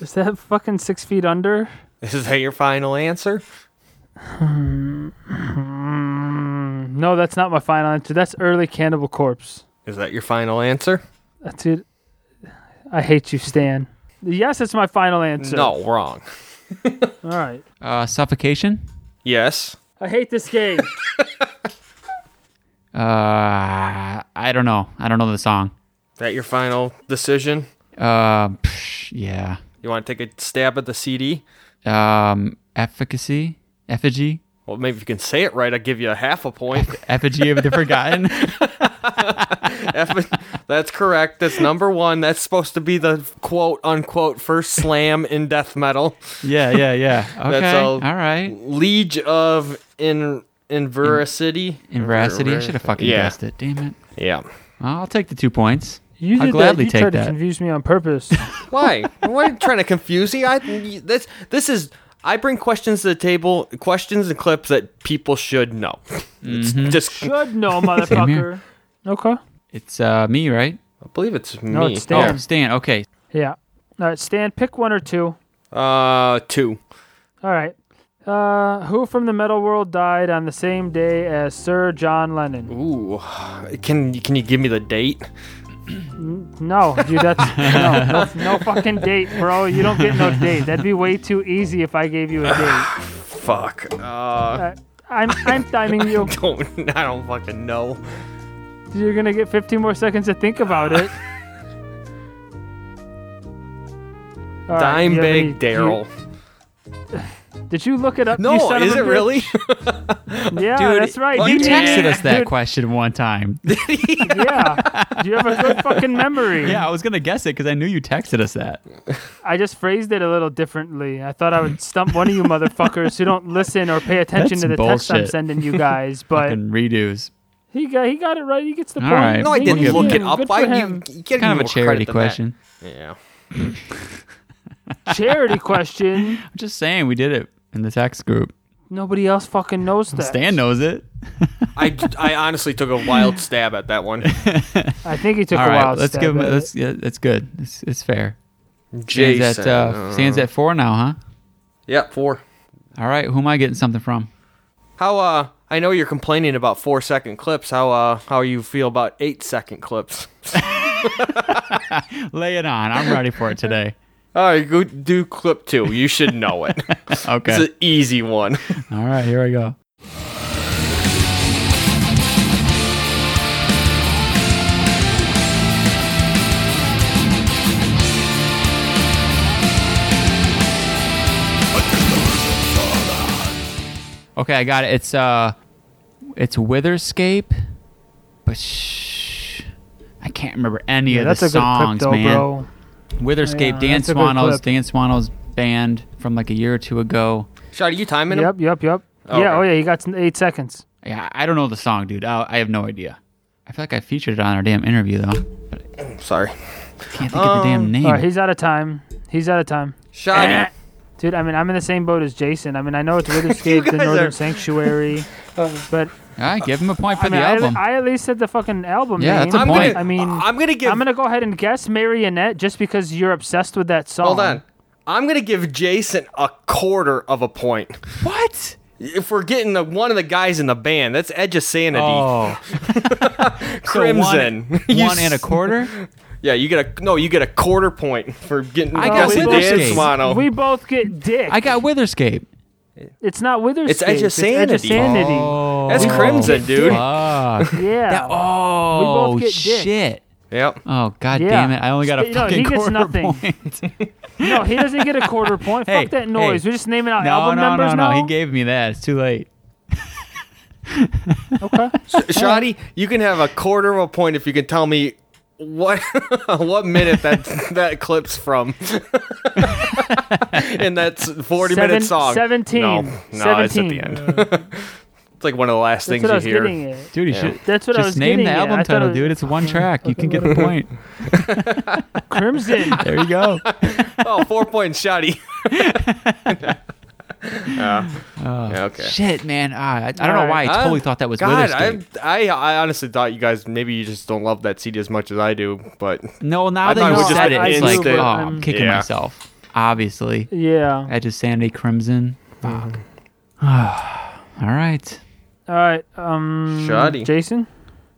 Is that fucking six feet under? Is that your final answer? Mm, no, that's not my final answer. That's early Cannibal Corpse. Is that your final answer? That's it. I hate you, Stan. Yes, it's my final answer. No, wrong. All right. Uh, suffocation. Yes. I hate this game. Uh, I don't know. I don't know the song. That your final decision? Uh, psh, yeah. You want to take a stab at the CD? Um, efficacy, effigy, Well, maybe if you can say it right, I'll give you a half a point. effigy of the forgotten. Eff- That's correct. That's number one. That's supposed to be the quote unquote first slam in death metal. Yeah, yeah, yeah. Okay. all- all right. Liege of in Inveracity. In veracity, I should have fucking Yeah. guessed it. Damn it. Yeah. Well, I'll take the two points. You I'll did gladly that. You take tried that. to confuse me on purpose. Why? Why are you trying to confuse you? I this this is I bring questions to the table, questions and clips that people should know. It's just I Good, no, motherfucker. Okay. It's uh me, right? believe it's me. No, it's Dan. Oh, Stan. Okay. Yeah. All right, Stan, pick one or two. Oh. Uh, two. All right. Uh, who from the metal world died on the same day as Sir John Lennon? Ooh, can can you give me the date? No, dude, that's no, no, no fucking date, bro. You don't get no date. That'd be way too easy if I gave you a date. Fuck. Uh, Uh, I'm I'm timing you. don't I don't fucking know. You're gonna get 15 more seconds to think about it. All right, do you have any- Dimebag do you- Daryl. Did you look it up? you No, son of is a it bitch? really? Yeah, Dude, that's right. you You did. texted us that Dude, question one time. Yeah. Do you have a good fucking memory? yeah, I was gonna guess it because I knew you texted us that. I just phrased it a little differently. I thought I would stump one of you motherfuckers who don't listen or pay attention That's to the text I'm bullshit. sending you guys, but And redos. he got he got it right. He gets the All point. right. no, I We'll didn't give look you- it up. Good for Why you, him. you can't Kind of a charity question. Yeah. Charity question. I'm just saying we did it in the text group. Nobody else fucking knows that. Stan knows it. I, I honestly took a wild stab at that one. I think he took All a right, while. let's give him. That's yeah, that's good. It's, it's fair. Stands Jason. uh-huh. at uh, stands at four now, huh? Yep, four. All right, who am I getting something from? How uh I know you're complaining about four second clips. How uh how you feel about eight second clips? Lay it on. I'm ready for it today. All right, go do clip two. You should know it. It's Okay. an easy one. All right, here we go. Okay, I got it. It's uh, it's Witherscape, but sh- I can't remember any of that's the a good songs, clip, though, man. bro. Witherscape, Yeah, Dan that's a good Swano's clip. Dan Swano's band from like a year or two ago. Shot, are you timing him? Yep, yep, yep. Oh, yeah, okay. oh yeah, you got some- eight seconds. Yeah, I don't know the song, dude. I, I have no idea. I feel like I featured it on our damn interview though. Sorry. Can't think of the damn name. All right, Um, he's out of time. He's out of time. Eh, Shotty. Dude, I mean, I'm in the same boat as Jason. I mean, I know it's Witherscape, guys the Northern are- Uh, Sanctuary, but All right, give him a point for I mean, the I, album. I at least said the fucking album Yeah, name. that's a I'm point. gonna, I mean, I'm gonna give. I'm gonna go ahead and guess Marionette just because you're obsessed with that song. hold on. I'm gonna give Jason a quarter of a point. what? If we're getting the, one of the guys in the band, that's Edge of Sanity, Oh, so one- Crimson. You one and a s- quarter. Yeah, you get a no. You get a quarter point for getting I got guessing Dan Witherscape. Swano. We both get dick. I got Witherscape. it's not Witherscape. It's Edge of It's Sanity. Edge of Sanity. Oh, That's Crimson, dude. Fuck. Yeah. That- oh We both get dick. shit. Yep. Oh god Yeah. damn it! I only got a No, he fucking gets quarter nothing. point. No, he doesn't get a quarter point. oh. Hey, Fuck that noise. hey. We're just naming out no, album no, numbers no, no. now. He gave me that. It's too late. Shoddy, you can have a quarter of a point if you can tell me what what minute that that clip's from. and that's 40 Seven- minute song. 17. No, no it's at 17. the end. it's like one of the last That's things what I you was hear. getting at. Dude, you should That's what I was just name getting the at. album I thought it title, was- dude. It's one track. You can get a point. Crimson. There you go. Oh, four points, Shoddy. Yeah. Yeah, okay. Shit, man. Ah, I, I don't know Alright. why I Huh? totally thought that was God, I, Witherscape. I I honestly thought you guys maybe you just don't love that CD as much as I do, but No, now I that thought you it was said just it, an it's like, instant- oh, I'm Um, kicking Yeah. myself. Obviously. yeah. Edge of Sanity, Crimson. Fuck. Mm-hmm. All right. All right. Um. Shoddy. Jason.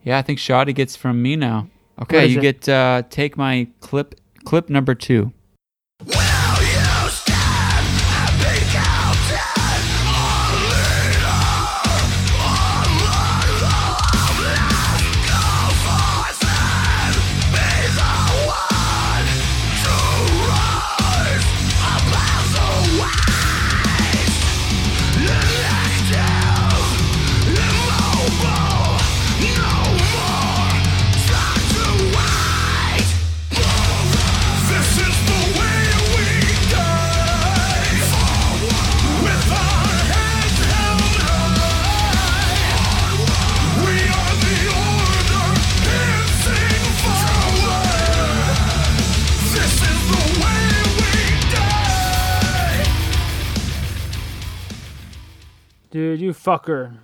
Yeah, I think Shoddy gets from me now. Okay, is you it? get uh, take my clip clip number two. This is the way we die. With our heads held high. We are the order dancing forward. This is the way we die. Dude, you fucker.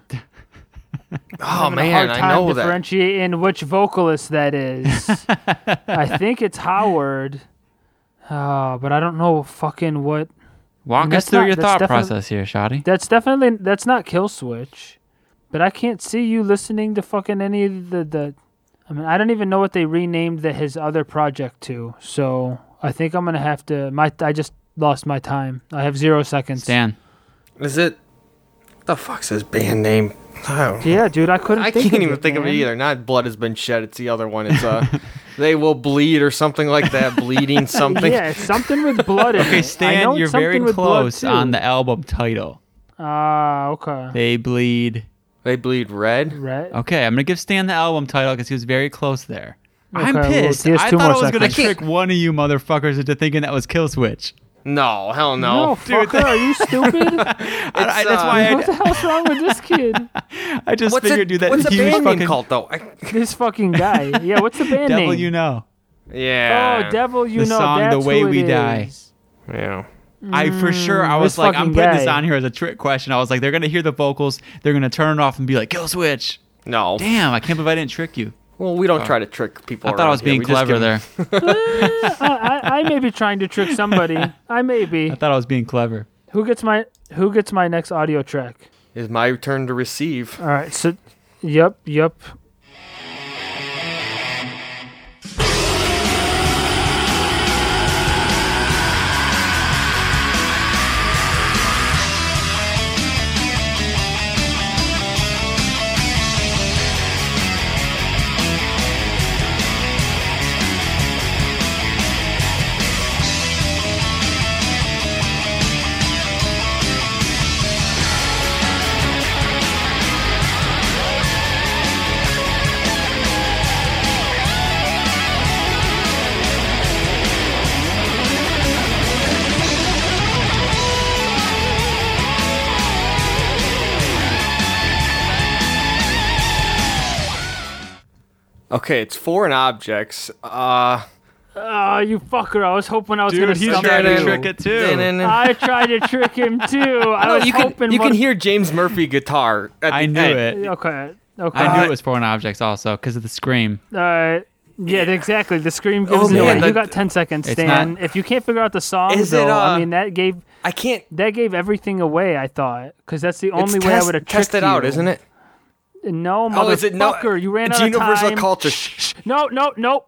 oh Having a hard time differentiating which vocalist that is. I think it's Howard. Uh, but I don't know fucking what. Walk us That's through not- your that's thought definitely- process here, Shoddy. That's definitely that's not Kill Switch. But I can't see you listening to fucking any of the the. I mean, I don't even know what they renamed the, his other project to. So I think I'm gonna have to. My I just lost my time. I have zero seconds. Stan. Is it what the fuck's his band name? I don't Yeah, dude, I couldn't. I think can't of even it, think of it man. either. Not blood has been shed. It's the other one. It's uh, they will bleed or something like that. Bleeding something. Yeah, it's something with blood. in Okay, it. I Stan, know it's you're very something with blood, close too. on the album title. Ah, okay. They bleed. They bleed red. Right. Okay, I'm gonna give Stan the album title because he was very close there. I'm Okay, well, pissed. he has I two thought I more was gonna seconds. trick one of you motherfuckers into thinking that was Kill Switch. No, hell no. Oh, No, fucker, are you stupid? I, I, It's, that's uh, why what the hell's wrong with this kid? I, I just What's figured, it? dude, that what's the huge band fucking name called though? I, This fucking guy. Yeah, what's the band devil name? you know. yeah. Oh, devil, you The know. song, The that's Way who it We Die. is. Yeah. I for sure I Mm, this was like, I'm fucking putting this guy. on here as a trick question. I was like, they're gonna hear the vocals, they're gonna turn it off and be like, Kill Switch. No. Damn, I can't believe I didn't trick you. Well, we don't try to trick people. Oh. I thought I around was here. being We just clever give- there. I, I, I may be trying to trick somebody. I may be. I thought I was being clever. Who gets my Who gets my next audio track? It's my turn to receive. All right. So, yep, yep. This Okay, it's foreign objects. Uh, Oh, you fucker! I was hoping I was gonna. Dude, he's stump trying to you. trick it too. I tried to trick him too. I No, was you hoping can you can one- hear James Murphy guitar. Uh, At I the knew end. it. Okay. Okay. I knew it was foreign objects also because of the scream. Uh, yeah, exactly. The scream gives Oh, it man, away. that- You got ten seconds, It's Stan. not- if you can't figure out the song, Is it, though, I uh, mean that gave I can't. that gave everything away. I thought because that's the It's only way I test, would have test it out, isn't it? No, motherfucker! Oh, is it no? you ran it's out of universal time. culture. No, no, no.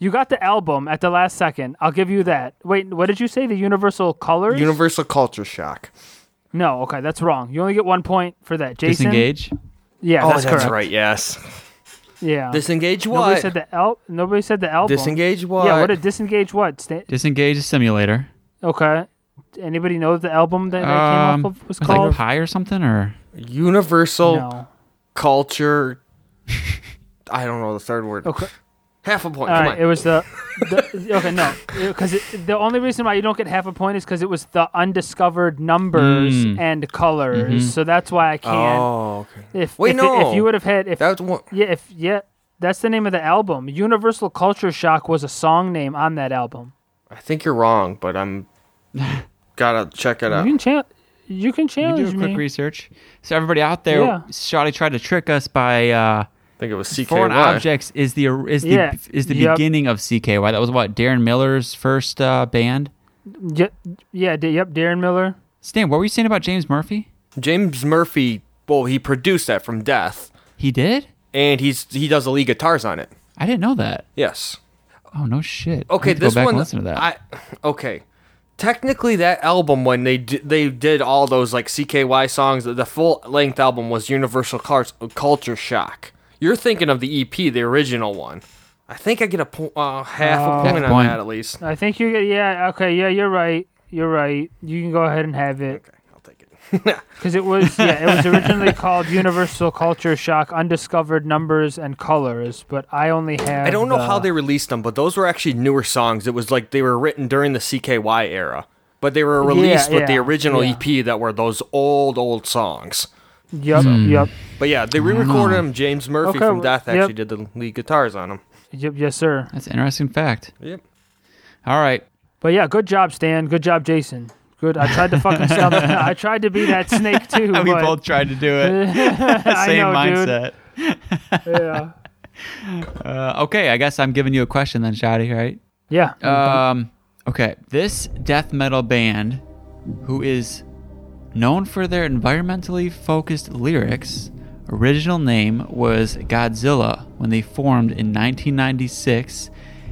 You got the album at the last second. I'll give you that. Wait, what did you say? The Universal Colors? Universal culture shock. no, okay, that's wrong. You only get one point for that. Jason? Disengage. Yeah, Oh, that's, that's, correct. right. Yes. Yeah. Disengage what? Nobody said the el- Nobody said the album. Disengage what? Yeah, what did disengage what? Stan- Disengage is simulator. okay. Anybody know the album that, that Um, came off of was was it like called? pie or something or Universal no. culture. I don't know the third word. Okay. Half a point. All Come right, on. it was the, the okay no because the only reason why you don't get half a point is because it was the undiscovered numbers Mm. Mm-hmm. and colors, so that's why I can't. oh, okay. If Wait, if, it- no. if you would have had if That was one. yeah if yeah that's the name of the album. Universal Culture Shock was a song name on that album. I think you're wrong, but I'm gotta check it out. You can cha- you can you do challenge a quick me. research. So everybody out there, Yeah. Shotty tried to trick us by uh, I think it was CK. foreign objects is the is the Yeah. is the Yep. beginning of CKY. That was what Darren Miller's first uh, band. yeah, yeah, d- yep. Darren Miller. Stan, what were you saying about James Murphy? James Murphy. Well, he produced that from Death, He did. and he's he does the lead guitars on it. I didn't know that. Yes. Oh no shit. I Okay, have to this go back one. And listen to that. I okay. Technically, that album when they di- they did all those like CKY songs, the full length album was Universal Cars- Culture Shock. You're thinking of the EP, the original one. I think I get a po- uh, half a point on Half point. that at least. I think you get yeah okay yeah you're right you're right you can go ahead and have it. Okay, I'll take it. Because it was, yeah, it was originally called Universal Culture Shock: Undiscovered Numbers and Colors, but I only have. I don't know the- how they released them, but those were actually newer songs. It was like they were written during the CKY era, but they were released with the yeah, original yeah. EP that were those old old songs. Yep, yep, But yeah, they re-recorded them. James Murphy Okay, from well, Death yep. actually did the lead guitars on them. yep, yes, sir. That's an interesting fact. Yep. All right. But yeah, good job, Stan. Good job, Jason. Good. I tried to fucking stump. I tried to be that snake too. we but, both tried to do it. I Same know, mindset. Dude. Yeah. Uh, okay, I guess I'm giving you a question then, Shotty, right? Yeah. Um, okay, this death metal band, who is known for their environmentally focused lyrics, original name was Godzilla when they formed in 1996,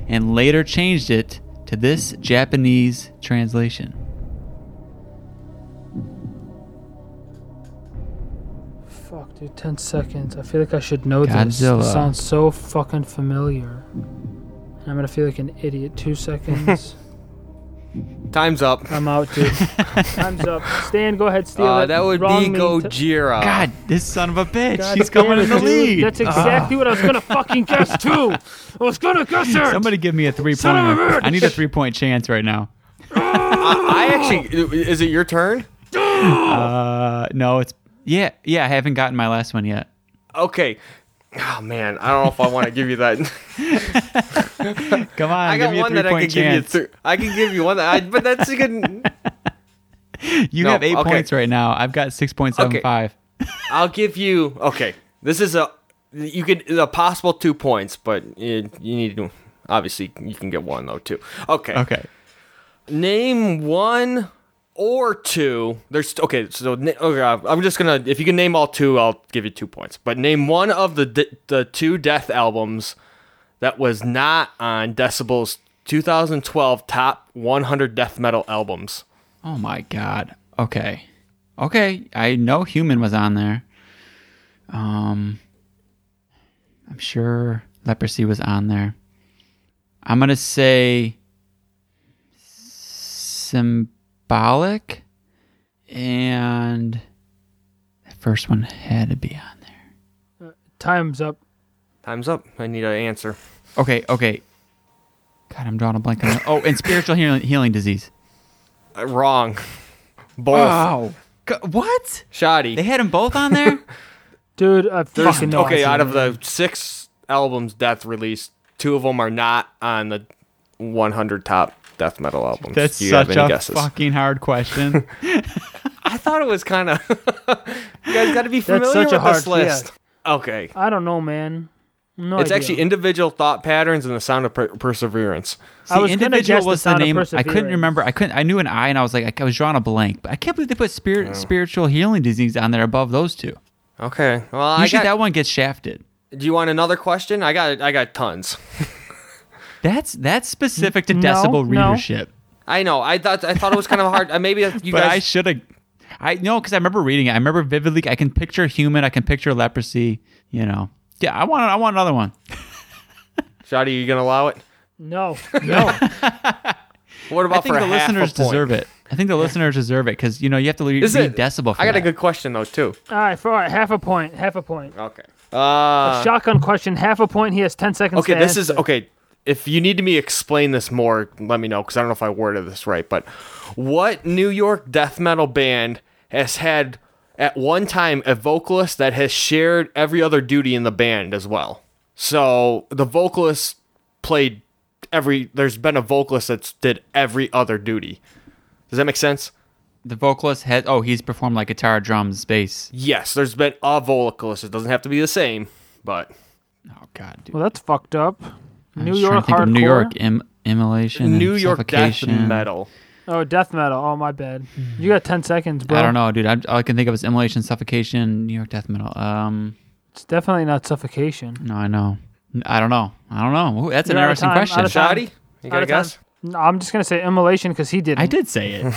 and later changed it to this Japanese translation. Fuck, dude. Ten seconds. I feel like I should know this. Godzilla. This sounds so fucking familiar. I'm gonna feel like an idiot. Two seconds. Time's up. I'm out, dude. Time's up. Stan, go ahead, steal Uh, it. that would be Wrong me to- Gojira. God, this son of a bitch! God He's damn coming it, in the dude. lead. That's exactly what I was gonna fucking guess too. I was gonna guess it. Somebody give me a three of a pointer. bitch! I need a three point chance right now. I actually. Is it your turn? Uh, no, it's yeah, yeah. I haven't gotten my last one yet. Okay. Oh man, I don't know if I want to give you that. Come on, I give got me a one that I three-point could give you. chance. Th- I can give you one, that I, but that's a good. You No, have eight okay. points right now. I've got six point seven five. I'll give you. Okay, this is a. You could a possible two points, but you, you need to. Obviously, you can get one though too. Okay. Okay. Name one or two. There's okay. So na- okay, I'm just gonna. If you can name all two, I'll give you two points. But name one of the de- the two Death albums that was not on Decibel's 2012 top 100 death metal albums. Oh my god. Okay. Okay. I know human was on there. Um, I'm sure leprosy was on there. I'm gonna say symbolic, and the first one had to be on there. Time's up. Time's up. I need an answer. Okay. Okay. God, I'm drawing a blank. On oh, and spiritual healing, healing disease. Uh, wrong. Both. Oh, what? Shoddy. They had them both on there? Dude, I There's- fucking know. okay, I out did of it. the six albums death released. Two of them are not on the 100 top death metal albums. That's Do you such have any a guesses? fucking hard question. I thought it was kind of. you guys got to be familiar such with a this hard- yeah. list. Okay. I don't know, man. No, It's idea. actually individual thought patterns and the sound of per- perseverance. I was gonna individual guess the was the sound of name. I couldn't perseverance. remember. I couldn't. I knew an I, and I was like, I, I was drawing a blank. But I can't believe they put spirit, Oh. spiritual healing disease on there above those two. Okay. Well, I Usually got, that one gets shafted. do you want another question? I got I got tons. That's that's specific to No, decibel no. readership. I know. I thought I thought it was kind of hard. uh, Maybe you But I guys. should have. I know because I remember reading it. I remember vividly. I can picture human. I can picture leprosy. You know. Yeah, I want. I want another one. Shadi, are you gonna allow it? no, no. What about I think for the half a listeners point? deserve it. I think the listeners deserve it because you know you have to leave, Is read it- decibel. For I got a that. good question though too. all right, for all right, half a point, half a point. Okay. Uh, Shotgun question, half a point. He has ten seconds. okay. to This is answer. okay. If you need me to explain this more, let me know because I don't know if I worded this right. But what New York death metal band has had at one time a vocalist that has shared every other duty in the band as well? So the vocalist played every. There's been a vocalist that's did every other duty. Does that make sense? The vocalist has. Oh, he's performed like guitar, drums, bass. Yes, there's been a vocalist. It doesn't have to be the same, but Oh God, dude. Well, that's fucked up. I'm New just trying to York think hardcore. of New York Im- immolation. and New York death suffocation. metal. Oh, death metal. Oh, my bad. You got ten seconds, bro. Hmm. I don't know, dude. I'm, all I can think of is immolation, suffocation, New York death metal. Um, It's definitely not suffocation. no, I know. I don't know. I don't know. Ooh, that's an You're out of interesting time, out question. of time. Shoddy, you got Out a of time. guess? No, I'm just gonna say immolation because he did. I did say it.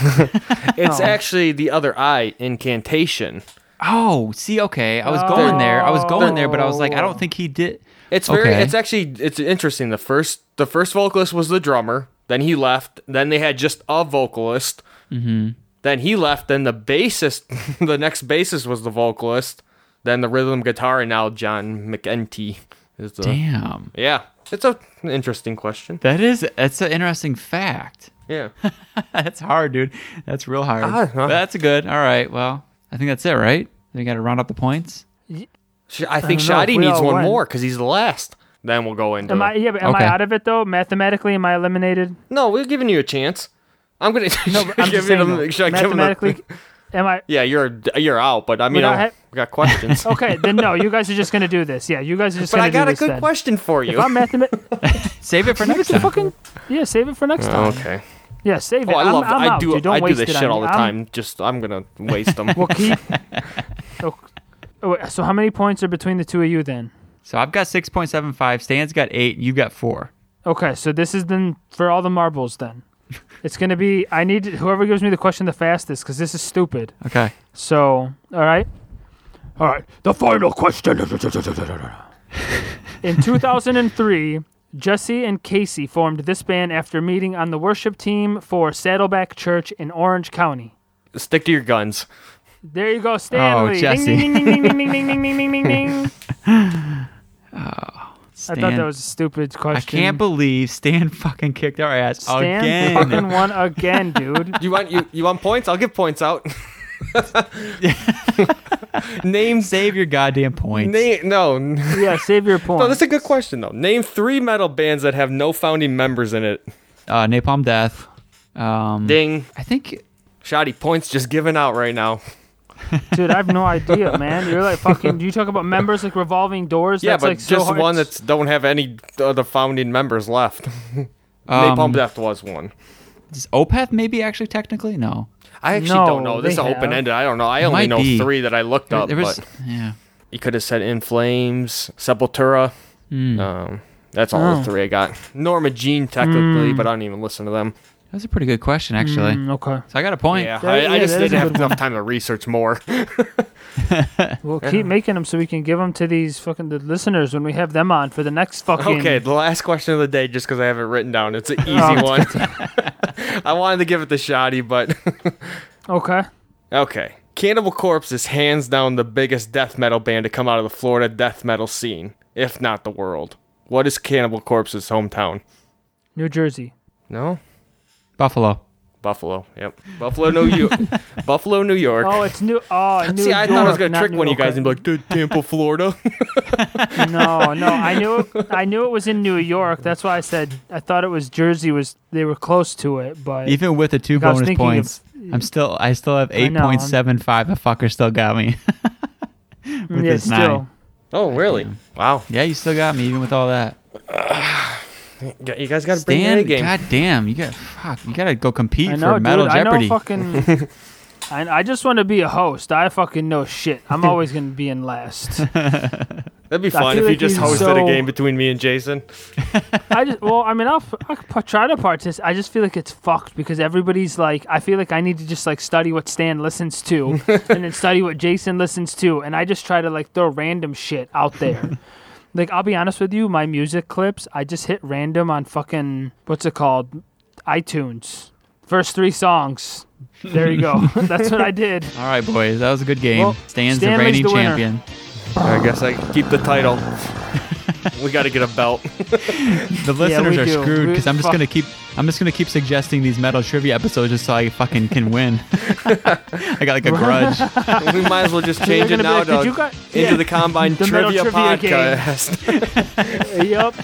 It's Oh. actually the other eye, incantation. oh, see, okay. I was going there. I was going there, but I was like, I Oh. don't think he did. It's very. Okay. It's actually. It's interesting. The first. The first vocalist was the drummer. Then he left. Then they had just a vocalist. Mm-hmm. Then he left. Then the bassist. the next bassist was the vocalist. Then the rhythm guitar, and now John McEntee is the. Damn, Yeah, it's a an interesting question. that is that's an interesting fact. Yeah. That's hard, dude. That's real hard. Ah, huh. But that's good. All right. Well, I think that's it, right? We got to round up the points. Sh- I think don't know if Shoddy we needs all one won. more because he's the last. Then we'll go into. Am I? Yeah, but am Okay. I out of it though? Mathematically, am I eliminated? No, we're giving you a chance. I'm gonna. No, I'm just saying, though, mathematically, am I? Yeah, you're you're out, but I mean, Without I'm- ha- we got questions. Okay, then no. You guys are just gonna do this. Yeah, you guys are just but gonna I got do a this good then. question for If you. I'm mathematically, Save it for next time. fucking yeah, save it for next time. okay. Yeah, save it. Oh, I I'm- love. I'm I out, do. dude. Don't I do waste this it on shit all me. the I'm- time. Just I'm gonna waste them. Well, keep. oh, oh, wait, so how many points are between the two of you then? So I've got six point seven five. Stan's got eight. You've got four. Okay, so this is then for all the marbles then. It's gonna be. I need whoever gives me the question the fastest because this is stupid. Okay. So, all right. All right. The final question. In 2003, Jesse and Casey formed this band after meeting on the worship team for Saddleback Church in Orange County. Stick to your guns. There you go, Stanley. Jesse. Ding, ding, ding, ding, ding, ding, ding, ding, ding, ding, ding. I Stan, thought that was a stupid I question. can't believe Stan fucking kicked our ass Stan fucking again. won again, dude. You want you you want points? I'll give points out. Name Save your goddamn points. name no no. Yeah, save your point. That's a good question though. Name three metal bands that have no founding members in it. Uh, Napalm Death. Um, Ding. I think Shoddy points just given out right now. Dude, I have no idea, man. You're like fucking. You talk about members like revolving doors. Yeah, that's but like so just hard. one that's don't have any other founding members left. um, Napalm Death was one. is Opeth maybe actually technically no. I actually No, don't know. This is they have. open ended. I don't know. I only might know be. three that I looked There, up. there was but yeah. you could have said In Flames, Sepultura. Hmm. Um, that's all Oh. the three I got. Norma Jean technically, Hmm. but I don't even listen to them. That was a pretty good question actually. Mm, okay. So I got a point. Yeah, Yeah, I, I yeah, just that is didn't a have good enough time to research more. We'll keep making them so we can give them to these fucking the listeners when we have them on for the next fucking. okay, the last question of the day, just because I have it written down. It's an easy Oh. one. I wanted to give it to Shoddy, but Okay. Okay. Cannibal Corpse is hands down the biggest death metal band to come out of the Florida death metal scene, if not the world. What is Cannibal Corpse's hometown? New Jersey. No? Buffalo. Buffalo. Yep. Buffalo, New York. Buffalo, New York. Oh, it's new. Oh, New See, I thought I was York, gonna not trick New one of you Oakland. guys and be like, "Dude, Tampa, Florida." no, no. I knew it, I knew it was in New York. That's why I said I thought it was Jersey. Was they were close to it, but Even with the two I was bonus thinking of- points, I'm still I still have I eight know, I'm- point seven five. The fucker still got me. with yeah, his still. oh, really? Wow. Yeah, you still got me even with all that. Yeah, You guys got to bring me in a Stan, game. god damn, you got fuck, you gotta go compete I know, for Metal dude. Jeopardy. I know fucking. I, I just want to be a host. I fucking know shit. I'm always gonna be in last. That'd be I fun if feel you like just he's hosted a so- game between me and Jason. I just well, I mean, I'll, I'll p- try to participate. I just feel like it's fucked because everybody's like, I feel like I need to just like study what Stan listens to, and then study what Jason listens to, and I just try to like throw random shit out there. like I'll be honest with you, my music clips, I just hit random on fucking what's it called, iTunes. First three songs. There you go. That's what I did. All right, boys, that was a good game. Well, Stan's Stan the reigning leads the winner. champion. I guess I keep the title. we got to get a belt. The listeners we are do. screwed We- because I'm just fuck. gonna keep I'm just gonna keep suggesting these metal trivia episodes just so I fucking can win. I got like a grudge. we might as well just They're change it gonna be now like, to "Did you got- into yeah." the Combine The Metal Trivia, Trivia game. Podcast. Yep.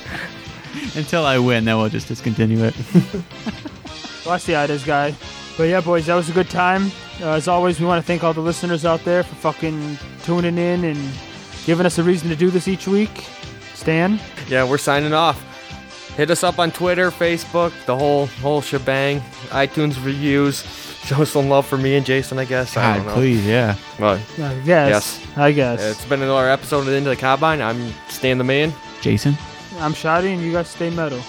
Until I win, then we'll just discontinue it. Well, I see how it is, guy. But yeah, boys, that was a good time. Uh, as always, we want to thank all the listeners out there for fucking tuning in and giving us a reason to do this each week. Stan, yeah, we're signing off. Hit us up on Twitter, Facebook, the whole whole shebang. iTunes reviews. Show some love for me and Jason, I guess. I don't God, know. please, yeah. Well, I guess. Uh, Yes. I guess. it's been another episode of Into the Combine. I'm Stan the Man. Jason. I'm shoddy and you guys stay metal.